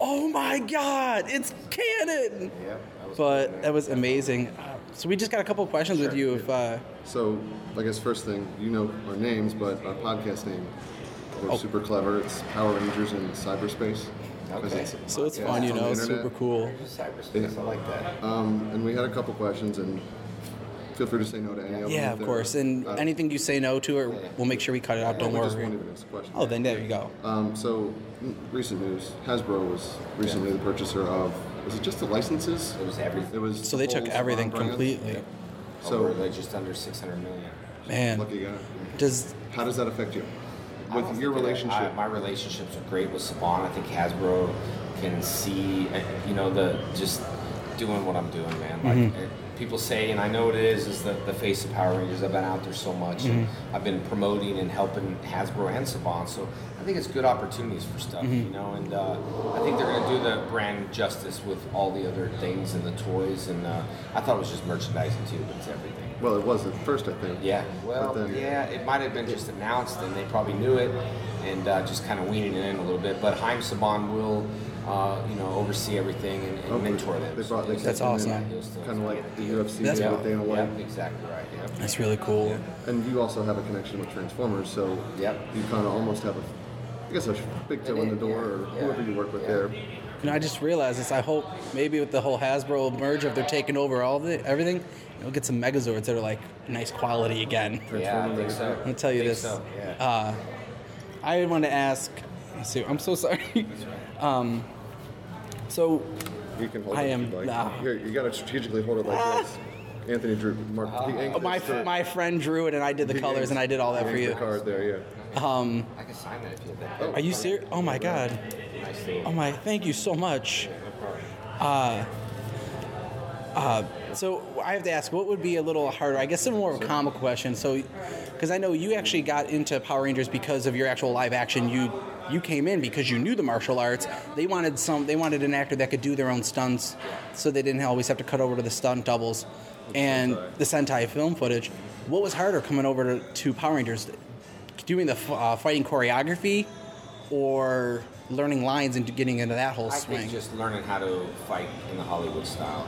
[SPEAKER 6] oh my god, it's canon!
[SPEAKER 5] Yep. That was cool,
[SPEAKER 6] But
[SPEAKER 5] man.
[SPEAKER 6] that was amazing. Uh, So we just got a couple questions with you. If uh,
[SPEAKER 5] So, I guess first thing, you know our names, but our podcast name, we're
[SPEAKER 6] Oh.
[SPEAKER 5] super clever. It's Power Rangers in Cyberspace. 'cause
[SPEAKER 10] Okay.
[SPEAKER 5] it's-
[SPEAKER 6] so it's
[SPEAKER 5] yeah,
[SPEAKER 6] fun, you
[SPEAKER 5] on the
[SPEAKER 6] know, it's
[SPEAKER 5] internet.
[SPEAKER 6] super cool.
[SPEAKER 10] Just cyberspace. I like that.
[SPEAKER 5] Um, and we had a couple questions, and feel free to say no to any of them.
[SPEAKER 6] Yeah, of
[SPEAKER 5] They're-
[SPEAKER 6] course. And
[SPEAKER 5] uh,
[SPEAKER 6] anything you say no to, or we'll make sure we cut it out. Don't
[SPEAKER 5] we just
[SPEAKER 6] worry.
[SPEAKER 5] won't even ask a question.
[SPEAKER 6] Oh, then there you go.
[SPEAKER 5] Um, so, n- recent news: Hasbro was recently the purchaser of. Was it just the licenses?
[SPEAKER 10] It was everything.
[SPEAKER 5] It was.
[SPEAKER 6] So they took
[SPEAKER 5] Kohl's,
[SPEAKER 6] everything
[SPEAKER 5] Ron Brandt.
[SPEAKER 6] completely.
[SPEAKER 5] So-
[SPEAKER 10] So they just under 600 million.
[SPEAKER 6] Man,
[SPEAKER 5] Lucky guy.
[SPEAKER 6] does
[SPEAKER 5] How does that affect you?
[SPEAKER 10] I don't
[SPEAKER 5] With your
[SPEAKER 10] think it-
[SPEAKER 5] relationship,
[SPEAKER 10] I- my relationships are great with Saban. I think Hasbro can see, uh, you know, the just doing what I'm doing, man. Like
[SPEAKER 5] Mm-hmm.
[SPEAKER 10] uh, people say, and I know it is, is the, the face of Power Rangers. I've been out there so much, and
[SPEAKER 5] Mm-hmm.
[SPEAKER 10] I've been promoting and helping Hasbro and Saban. So I think it's good opportunities for stuff,
[SPEAKER 5] Mm-hmm.
[SPEAKER 10] you know. And uh, I think they're going to do the brand justice with all the other things and the toys. And uh, I thought it was just merchandising too, but it's everything.
[SPEAKER 5] well, it was at first, I think.
[SPEAKER 10] Yeah. Well,
[SPEAKER 5] But then-
[SPEAKER 10] yeah, it might have been just announced, and they probably knew it, and uh, just kind of weaning it in a little bit. But Haim Saban will, uh, you know, oversee everything and, and
[SPEAKER 5] Oh,
[SPEAKER 10] mentor them.
[SPEAKER 5] They brought, they
[SPEAKER 6] That's awesome.
[SPEAKER 5] Kind of like the UFC did
[SPEAKER 6] That's
[SPEAKER 10] Yeah,
[SPEAKER 5] with Dana White.
[SPEAKER 10] yep, exactly right. Yep.
[SPEAKER 6] that's really cool.
[SPEAKER 5] And you also have a connection with Transformers, so
[SPEAKER 10] Yep.
[SPEAKER 5] you kind of almost have a, I guess, a big toe in the door, or
[SPEAKER 10] Yeah.
[SPEAKER 5] whoever you work with
[SPEAKER 10] Yeah.
[SPEAKER 5] there.
[SPEAKER 6] You know, I just realized this. I hope maybe with the whole Hasbro merge, if they're taking over all the everything, we'll get some Megazords that are like nice quality again.
[SPEAKER 10] Yeah, I think so.
[SPEAKER 6] I'll tell you
[SPEAKER 10] Think
[SPEAKER 6] this.
[SPEAKER 10] so, yeah.
[SPEAKER 6] Uh, I want to ask. Let's see, I'm so [LAUGHS] sorry. Um, so
[SPEAKER 5] You can hold
[SPEAKER 6] I
[SPEAKER 5] it. if
[SPEAKER 6] am-
[SPEAKER 5] you'd like.
[SPEAKER 6] nah.
[SPEAKER 5] Here, you got to strategically hold it like
[SPEAKER 10] Ah.
[SPEAKER 5] this. Anthony Drew, Mark. he
[SPEAKER 10] Oh,
[SPEAKER 5] inked
[SPEAKER 6] my,
[SPEAKER 5] this, uh,
[SPEAKER 6] my friend drew it, and I did the
[SPEAKER 5] he
[SPEAKER 6] colors,
[SPEAKER 5] inked-
[SPEAKER 6] and I did all that
[SPEAKER 5] he
[SPEAKER 6] for
[SPEAKER 5] inked
[SPEAKER 6] you.
[SPEAKER 5] The card there, yeah.
[SPEAKER 6] Um,
[SPEAKER 10] I can sign that if you think.
[SPEAKER 6] are you serious? Oh my god.
[SPEAKER 10] Nice little-
[SPEAKER 6] Oh my! Thank you so much. Uh, uh, so I have to ask, what would be a little harder? I guess some more of a comic question. So, because I know you actually got into Power Rangers because of your actual live action. You you came in because you knew the martial arts. They wanted some. They wanted an actor that could do their own stunts, so they didn't always have to cut over to the stunt doubles and the Sentai film footage. What was harder coming over to, to Power Rangers, doing the f- uh, fighting choreography, or learning lines and getting into that whole
[SPEAKER 10] I
[SPEAKER 6] swing?
[SPEAKER 10] think just learning how to fight in the Hollywood style.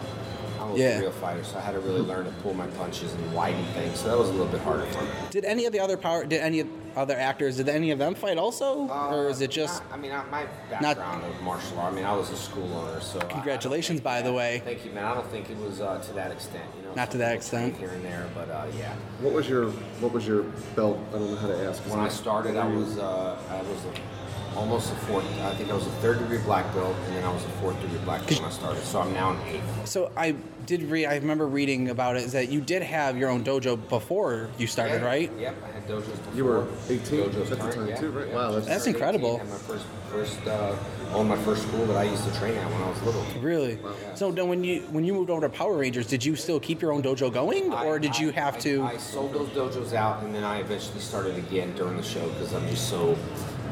[SPEAKER 10] I was
[SPEAKER 6] Yeah.
[SPEAKER 10] a real fighter, so I had to really learn to pull my punches and widen things. So that was a little bit harder for me.
[SPEAKER 6] Did any of the other power? Did any other actors? Did any of them fight also, or is it just?
[SPEAKER 10] Uh, I mean, I, my background of martial art. I mean, I was a school owner, so I-
[SPEAKER 6] Congratulations, by the way.
[SPEAKER 10] Thank you, man. I don't think it was uh, to that extent. You know,
[SPEAKER 6] Not to that
[SPEAKER 10] something
[SPEAKER 6] extent.
[SPEAKER 10] here and there, but uh, yeah.
[SPEAKER 5] What was your What was your belt? I don't know how to ask.
[SPEAKER 10] When I started, I was uh, I was a, almost a fourth. I think I was a third degree black belt, and then I was a fourth degree black belt when I started. So I'm now an eighth.
[SPEAKER 6] So I did read. I remember reading about it. Is that you did have your own dojo before you started,
[SPEAKER 10] Yeah,
[SPEAKER 6] right?
[SPEAKER 10] Yep, I had dojos before.
[SPEAKER 5] You were 18
[SPEAKER 10] Dojos
[SPEAKER 5] at the
[SPEAKER 10] turned,
[SPEAKER 5] time,
[SPEAKER 10] yeah,
[SPEAKER 5] too, right?
[SPEAKER 10] yeah.
[SPEAKER 5] Wow, that's-
[SPEAKER 6] That's
[SPEAKER 10] Turned 18,
[SPEAKER 6] incredible.
[SPEAKER 10] Had my first first uh, owned my first school that I used to train at when I was little.
[SPEAKER 6] Really. So then, when you when you moved over to Power Rangers, did you still keep your own dojo going,
[SPEAKER 10] I-
[SPEAKER 6] or did
[SPEAKER 10] I-
[SPEAKER 6] you have
[SPEAKER 10] I-
[SPEAKER 6] to?
[SPEAKER 10] I sold those dojos out, and then I eventually started again during the show because I'm just so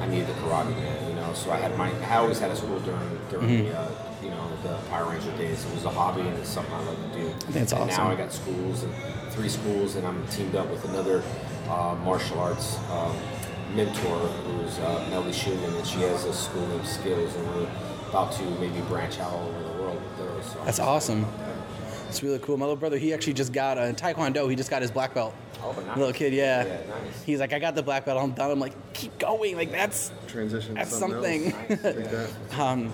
[SPEAKER 10] I needed the karate man, you know. So I had my I always had a school during during
[SPEAKER 6] Mm-hmm.
[SPEAKER 10] the uh, you know the Power Ranger days. It was a hobby and it's something I love to do.
[SPEAKER 6] That's
[SPEAKER 10] and
[SPEAKER 6] awesome.
[SPEAKER 10] Now I got schools and three schools, and I'm teamed up with another uh, martial arts. Um, mentor who's uh, Melly Schumann and she has a school of skills and we're about to maybe branch out all over the world with those. So I'm
[SPEAKER 6] That's
[SPEAKER 10] excited
[SPEAKER 6] awesome.
[SPEAKER 10] about that.
[SPEAKER 6] It's really cool. My little brother, he actually just got a taekwondo. He just got his black belt.
[SPEAKER 10] Oh, but nice.
[SPEAKER 6] Little kid, yeah.
[SPEAKER 10] Yeah, nice.
[SPEAKER 6] He's like, I got the black belt. I'm done. I'm like, keep going. Like that's
[SPEAKER 5] transition.
[SPEAKER 6] that's
[SPEAKER 5] something.
[SPEAKER 6] something.
[SPEAKER 5] Else.
[SPEAKER 6] [LAUGHS]
[SPEAKER 5] Like that.
[SPEAKER 6] Um,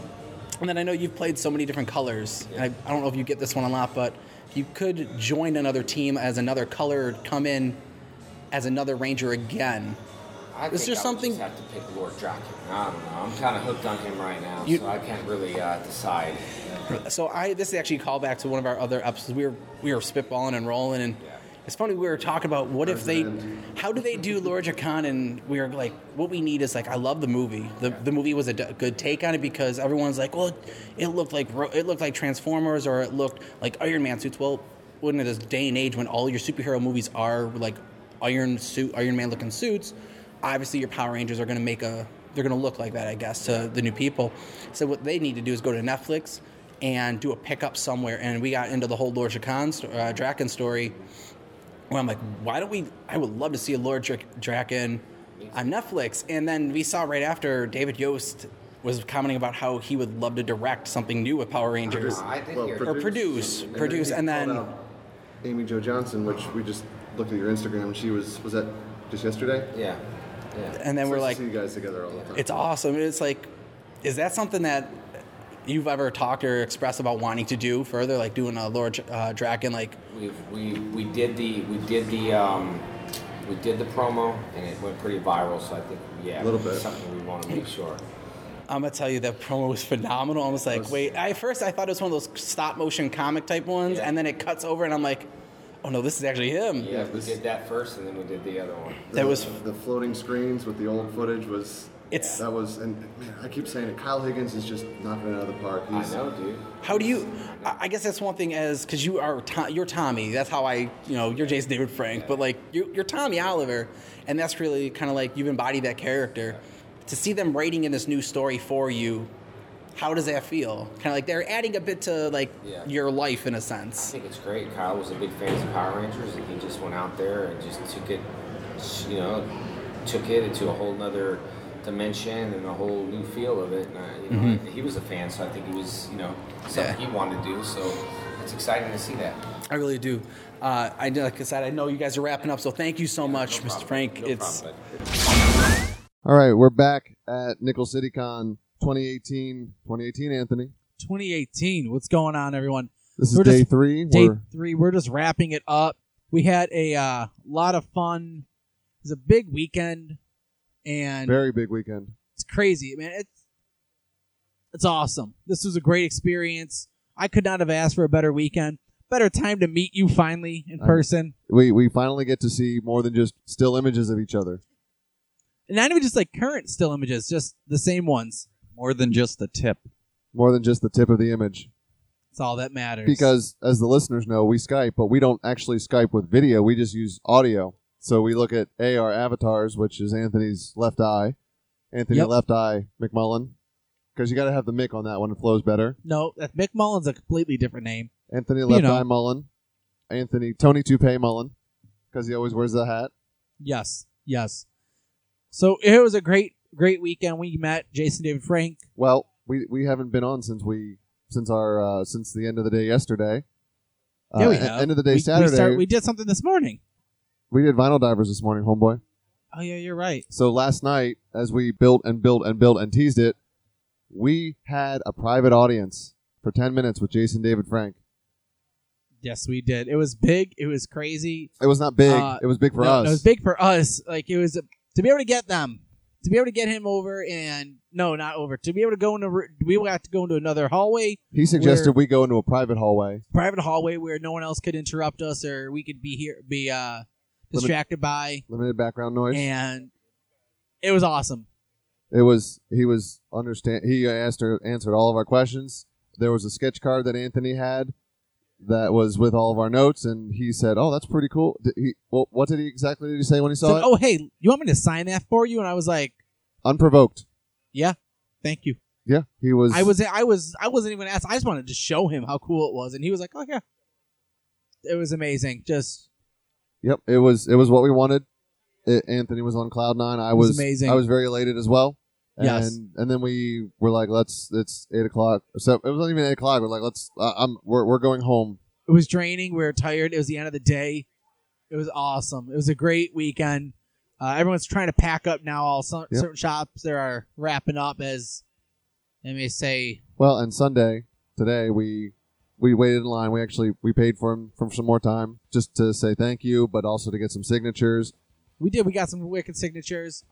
[SPEAKER 6] And then I know you've played so many different colors. And I, I don't know if you get this one a lot, but if you could join another team as another color, come in as another ranger again.
[SPEAKER 10] I
[SPEAKER 6] Is
[SPEAKER 10] think
[SPEAKER 6] there
[SPEAKER 10] I would
[SPEAKER 6] something-
[SPEAKER 10] just have to pick Lord Dracula. I don't know. I'm kind of hooked on him right now,
[SPEAKER 6] You-
[SPEAKER 10] so I can't really uh, decide.
[SPEAKER 6] So I this is actually a callback to one of our other episodes. We were we were spitballing and rolling, and it's funny we were talking about what if they, how do they do Lord Khan? And we were like, what we need is like, I love the movie. The, the movie was a d- good take on it because everyone's like, well, it looked like ro- it looked like Transformers or it looked like Iron Man suits. Well, wouldn't it this day and age when all your superhero movies are like Iron suit, Iron Man looking suits? obviously your Power Rangers are going to make a they're going to look like that, I guess, to the new people. So what they need to do is go to Netflix and do a pickup somewhere. And we got into the whole Lord Dracan sto- uh, Draken story. Where I'm like, why don't we? I would love to see a Lord Dra- Draken on Netflix. And then we saw right after David Yost was commenting about how he would love to direct something new with Power Rangers.
[SPEAKER 10] [LAUGHS] I think
[SPEAKER 11] Well,
[SPEAKER 10] you're
[SPEAKER 6] Or produce, produce,
[SPEAKER 11] he
[SPEAKER 6] and then-
[SPEAKER 11] called out Amy Jo Johnson, which we just looked at your Instagram, and she was was that just yesterday?
[SPEAKER 10] Yeah. Yeah.
[SPEAKER 6] And then
[SPEAKER 11] It's
[SPEAKER 6] we're
[SPEAKER 11] nice
[SPEAKER 6] like,
[SPEAKER 11] to see you guys together all the time.
[SPEAKER 6] it's awesome. It's like, is that something that you've ever talked or expressed about wanting to do further, like doing a Lord uh, Draken? Like,
[SPEAKER 10] We've, we we did the we did the um, we did the promo and it went pretty viral. So I think yeah,
[SPEAKER 11] Little bit.
[SPEAKER 10] something we want to make sure.
[SPEAKER 6] I'm gonna tell you that promo was phenomenal. I was like, wait. I first I thought it was one of those stop motion comic type ones, and then it cuts over, and I'm like, oh no, this is actually him.
[SPEAKER 10] Yeah, we did that first and then we did the other one.
[SPEAKER 6] That was
[SPEAKER 11] the floating screens with the old footage was.
[SPEAKER 6] It's-
[SPEAKER 11] that was and man, I keep saying it. Kyle Higgins is just knocking it out of the park.
[SPEAKER 10] I
[SPEAKER 11] He's,
[SPEAKER 10] know, dude.
[SPEAKER 6] How do you? I I guess that's one thing as because you are Tom, you're Tommy. That's how I you know you're Jason David Frank, but like you're, you're Tommy Oliver, and that's really kind of like you've embodied that character. To see them writing in this new story for you, how does that feel? Kind of like they're adding a bit to like
[SPEAKER 10] Yeah.
[SPEAKER 6] your life in a
[SPEAKER 10] I
[SPEAKER 6] sense.
[SPEAKER 10] think it's great. Kyle was a big fan of Power Rangers, and he just went out there and just took it, you know, took it into a whole nother dimension and a whole new feel of it. And I, you know, he was a fan, so I think he was, you know, something
[SPEAKER 6] Mm-hmm. Yeah.
[SPEAKER 10] he wanted to do. So it's exciting to see that.
[SPEAKER 6] I really do. Uh, I like I said, I know you guys are wrapping up, so thank you so much, Mr.
[SPEAKER 10] No problem.
[SPEAKER 6] Frank.
[SPEAKER 10] No
[SPEAKER 6] it's
[SPEAKER 10] problem, bud.
[SPEAKER 5] All right, we're back at Nickel City Con 2018. 2018, Anthony.
[SPEAKER 7] 2018. What's going on, everyone?
[SPEAKER 5] This is
[SPEAKER 7] We're
[SPEAKER 5] day
[SPEAKER 7] just-
[SPEAKER 5] three.
[SPEAKER 7] Day
[SPEAKER 5] We're,
[SPEAKER 7] three. We're just wrapping it up. We had a uh, lot of fun. It was a big weekend, and
[SPEAKER 5] very big weekend.
[SPEAKER 7] it's crazy, man. It's it's awesome. This was a great experience. I could not have asked for a better weekend. Better time to meet you finally in
[SPEAKER 5] I-
[SPEAKER 7] person.
[SPEAKER 5] We we finally get to see more than just still images of each other.
[SPEAKER 7] And not even just like current still images, just the same ones.
[SPEAKER 12] More than just the tip.
[SPEAKER 5] More than just the tip of the image.
[SPEAKER 7] It's all that matters.
[SPEAKER 5] Because as the listeners know, we Skype, but we don't actually Skype with video. We just use audio. So we look at A our avatars, which is Anthony's left eye. Anthony
[SPEAKER 7] Yep.
[SPEAKER 5] left eye McMullen. Because you gotta have the mic on that one, it flows better.
[SPEAKER 7] no, that Mick Mullen's a completely different name.
[SPEAKER 5] Anthony
[SPEAKER 7] You
[SPEAKER 5] Left
[SPEAKER 7] know.
[SPEAKER 5] Eye Mullen. Anthony Tony Toupee Mullen. Because he always wears the hat.
[SPEAKER 7] Yes, yes. So it was a great, great weekend. We met Jason David Frank.
[SPEAKER 5] Well, we, we haven't been on since we since our uh, since the end of the day yesterday. Uh,
[SPEAKER 7] Yeah, we
[SPEAKER 5] e-
[SPEAKER 7] have.
[SPEAKER 5] End of the day
[SPEAKER 7] we,
[SPEAKER 5] Saturday.
[SPEAKER 7] We, start, we did something this morning.
[SPEAKER 5] we did vinyl divers this morning, homeboy.
[SPEAKER 7] Oh yeah, you're right.
[SPEAKER 5] So last night, as we built and built and built and teased it, we had a private audience for 10 minutes with Jason David Frank.
[SPEAKER 7] Yes, we did. It was big. It was crazy.
[SPEAKER 5] It was not big.
[SPEAKER 7] Uh,
[SPEAKER 5] it was big for
[SPEAKER 7] no,
[SPEAKER 5] us.
[SPEAKER 7] no, it was big for us. Like it was to be able to get them, to be able to get him over, and no, not over. To be able to go into, r- we would have to go into another hallway,
[SPEAKER 5] he suggested
[SPEAKER 7] We're-
[SPEAKER 5] we go into a private hallway.
[SPEAKER 7] private hallway where no one else could interrupt us, or we could be here, be uh distracted by,
[SPEAKER 5] Limited background noise.
[SPEAKER 7] and it was awesome.
[SPEAKER 5] It was he was understand he asked or answered all of our questions. There was a sketch card that Anthony had that was with all of our notes, and he said, "Oh, that's pretty cool." Did he, well, what did he exactly did he say when he saw
[SPEAKER 7] Said,
[SPEAKER 5] it?
[SPEAKER 7] oh hey, you want me to sign that for you? And I was like,
[SPEAKER 5] Unprovoked.
[SPEAKER 7] yeah, thank you.
[SPEAKER 5] Yeah, he was.
[SPEAKER 7] I was I was I wasn't even asked. I just wanted to show him how cool it was, and he was like, "Oh yeah, it was amazing." Just
[SPEAKER 5] Yep, it was it was what we wanted. It, Anthony was on cloud nine. I
[SPEAKER 7] was
[SPEAKER 5] was,
[SPEAKER 7] amazing.
[SPEAKER 5] I was very elated as well. And,
[SPEAKER 7] Yes.
[SPEAKER 5] and then we were like, let's. It's eight o'clock. So it wasn't even eight o'clock. We're like, let's. Uh, I'm. We're, we're going home.
[SPEAKER 7] it was draining. We were tired. It was the end of the day. It was awesome. It was a great weekend. Uh, everyone's trying to pack up now. All some,
[SPEAKER 5] Yep.
[SPEAKER 7] certain shops there are wrapping up as let me say
[SPEAKER 5] Well, and Sunday today we we waited in line. We actually we paid for him for some more time just to say thank you, but also to get some signatures.
[SPEAKER 7] We did. We got some wicked signatures.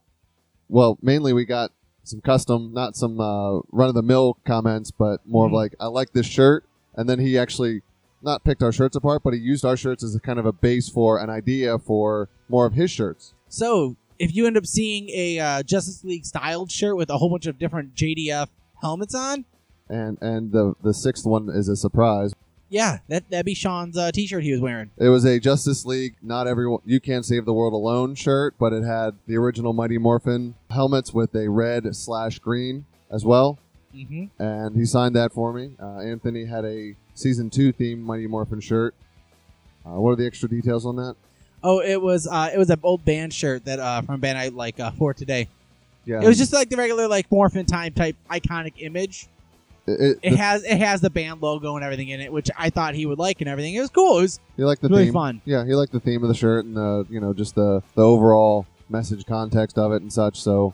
[SPEAKER 5] Well, mainly we got some custom, not some uh, run of the mill comments, but more of like I like this shirt. And then he actually not picked our shirts apart, but he used our shirts as a kind of a base for an idea for more of his shirts.
[SPEAKER 7] So if you end up seeing a uh, Justice League styled shirt with a whole bunch of different JDF helmets on,
[SPEAKER 5] And and the the sixth one is a surprise.
[SPEAKER 7] yeah, that that'd be Sean's uh, T-shirt he was wearing.
[SPEAKER 5] It was a Justice League, not everyone, you can't save the world alone shirt, but it had the original Mighty Morphin helmets with a red slash green as well.
[SPEAKER 7] Mm-hmm.
[SPEAKER 5] And he signed that for me. Uh, Anthony had a season two themed Mighty Morphin shirt. Uh, what are the extra details on that?
[SPEAKER 7] Oh, it was uh, it was an old band shirt that uh, from a band I like uh, for today.
[SPEAKER 5] Yeah,
[SPEAKER 7] It was just like the regular like morphin time type iconic image.
[SPEAKER 5] It,
[SPEAKER 7] It
[SPEAKER 5] the-
[SPEAKER 7] has it has the band logo and everything in it, which I thought he would like and everything. It was cool. It was
[SPEAKER 5] he liked the
[SPEAKER 7] really
[SPEAKER 5] theme.
[SPEAKER 7] fun.
[SPEAKER 5] Yeah, he liked the theme of the shirt and the you know just the the overall message context of it and such. So,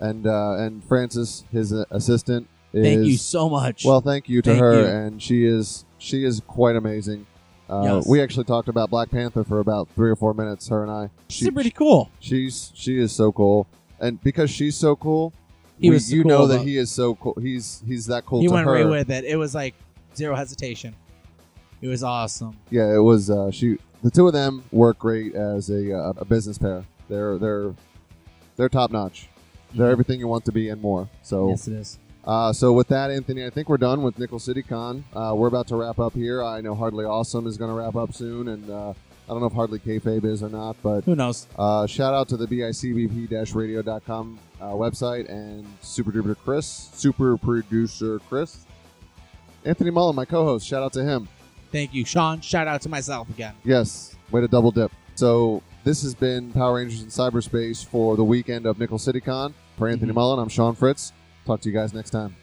[SPEAKER 5] and uh, and Francis, his uh, assistant, is
[SPEAKER 7] Thank you so much.
[SPEAKER 5] Well, thank you to
[SPEAKER 7] Thank
[SPEAKER 5] her,
[SPEAKER 7] you.
[SPEAKER 5] and she is she is quite amazing. Uh,
[SPEAKER 7] Yes.
[SPEAKER 5] We actually talked about Black Panther for about three or four minutes. Her and I.
[SPEAKER 7] it's pretty cool.
[SPEAKER 5] She's she is so cool, and because she's so cool,
[SPEAKER 7] He
[SPEAKER 5] we-
[SPEAKER 7] was
[SPEAKER 5] you
[SPEAKER 7] cool
[SPEAKER 5] know that
[SPEAKER 7] about-
[SPEAKER 5] he is so cool. He's he's that cool.
[SPEAKER 7] he
[SPEAKER 5] to
[SPEAKER 7] went
[SPEAKER 5] her.
[SPEAKER 7] right with it. It was like zero hesitation. It was awesome.
[SPEAKER 5] Yeah, it was. Uh, she the two of them work great as a, uh, a business pair. They're they're they're top notch. They're everything you want to be and more. So
[SPEAKER 7] Yes, it is.
[SPEAKER 5] uh, so with that, Anthony, I think we're done with Nickel City Con. Uh, we're about to wrap up here. I know Hardly Awesome is going to wrap up soon, and uh, I don't know if Hardly Kayfabe is or not, but
[SPEAKER 7] Who knows?
[SPEAKER 5] uh, shout out to the bicbp-radio.com uh, website and Super Duper Chris, Super Producer Chris, Anthony Mullen, my co-host. Shout out to him.
[SPEAKER 7] Thank you, Sean. Shout out to myself again.
[SPEAKER 5] Yes, way to double dip. So this has been Power Rangers in
[SPEAKER 7] Mm-hmm.
[SPEAKER 5] Cyberspace for the weekend of Nickel City Con. For Anthony Mullen, I'm Sean Fritz. Talk to you guys next time.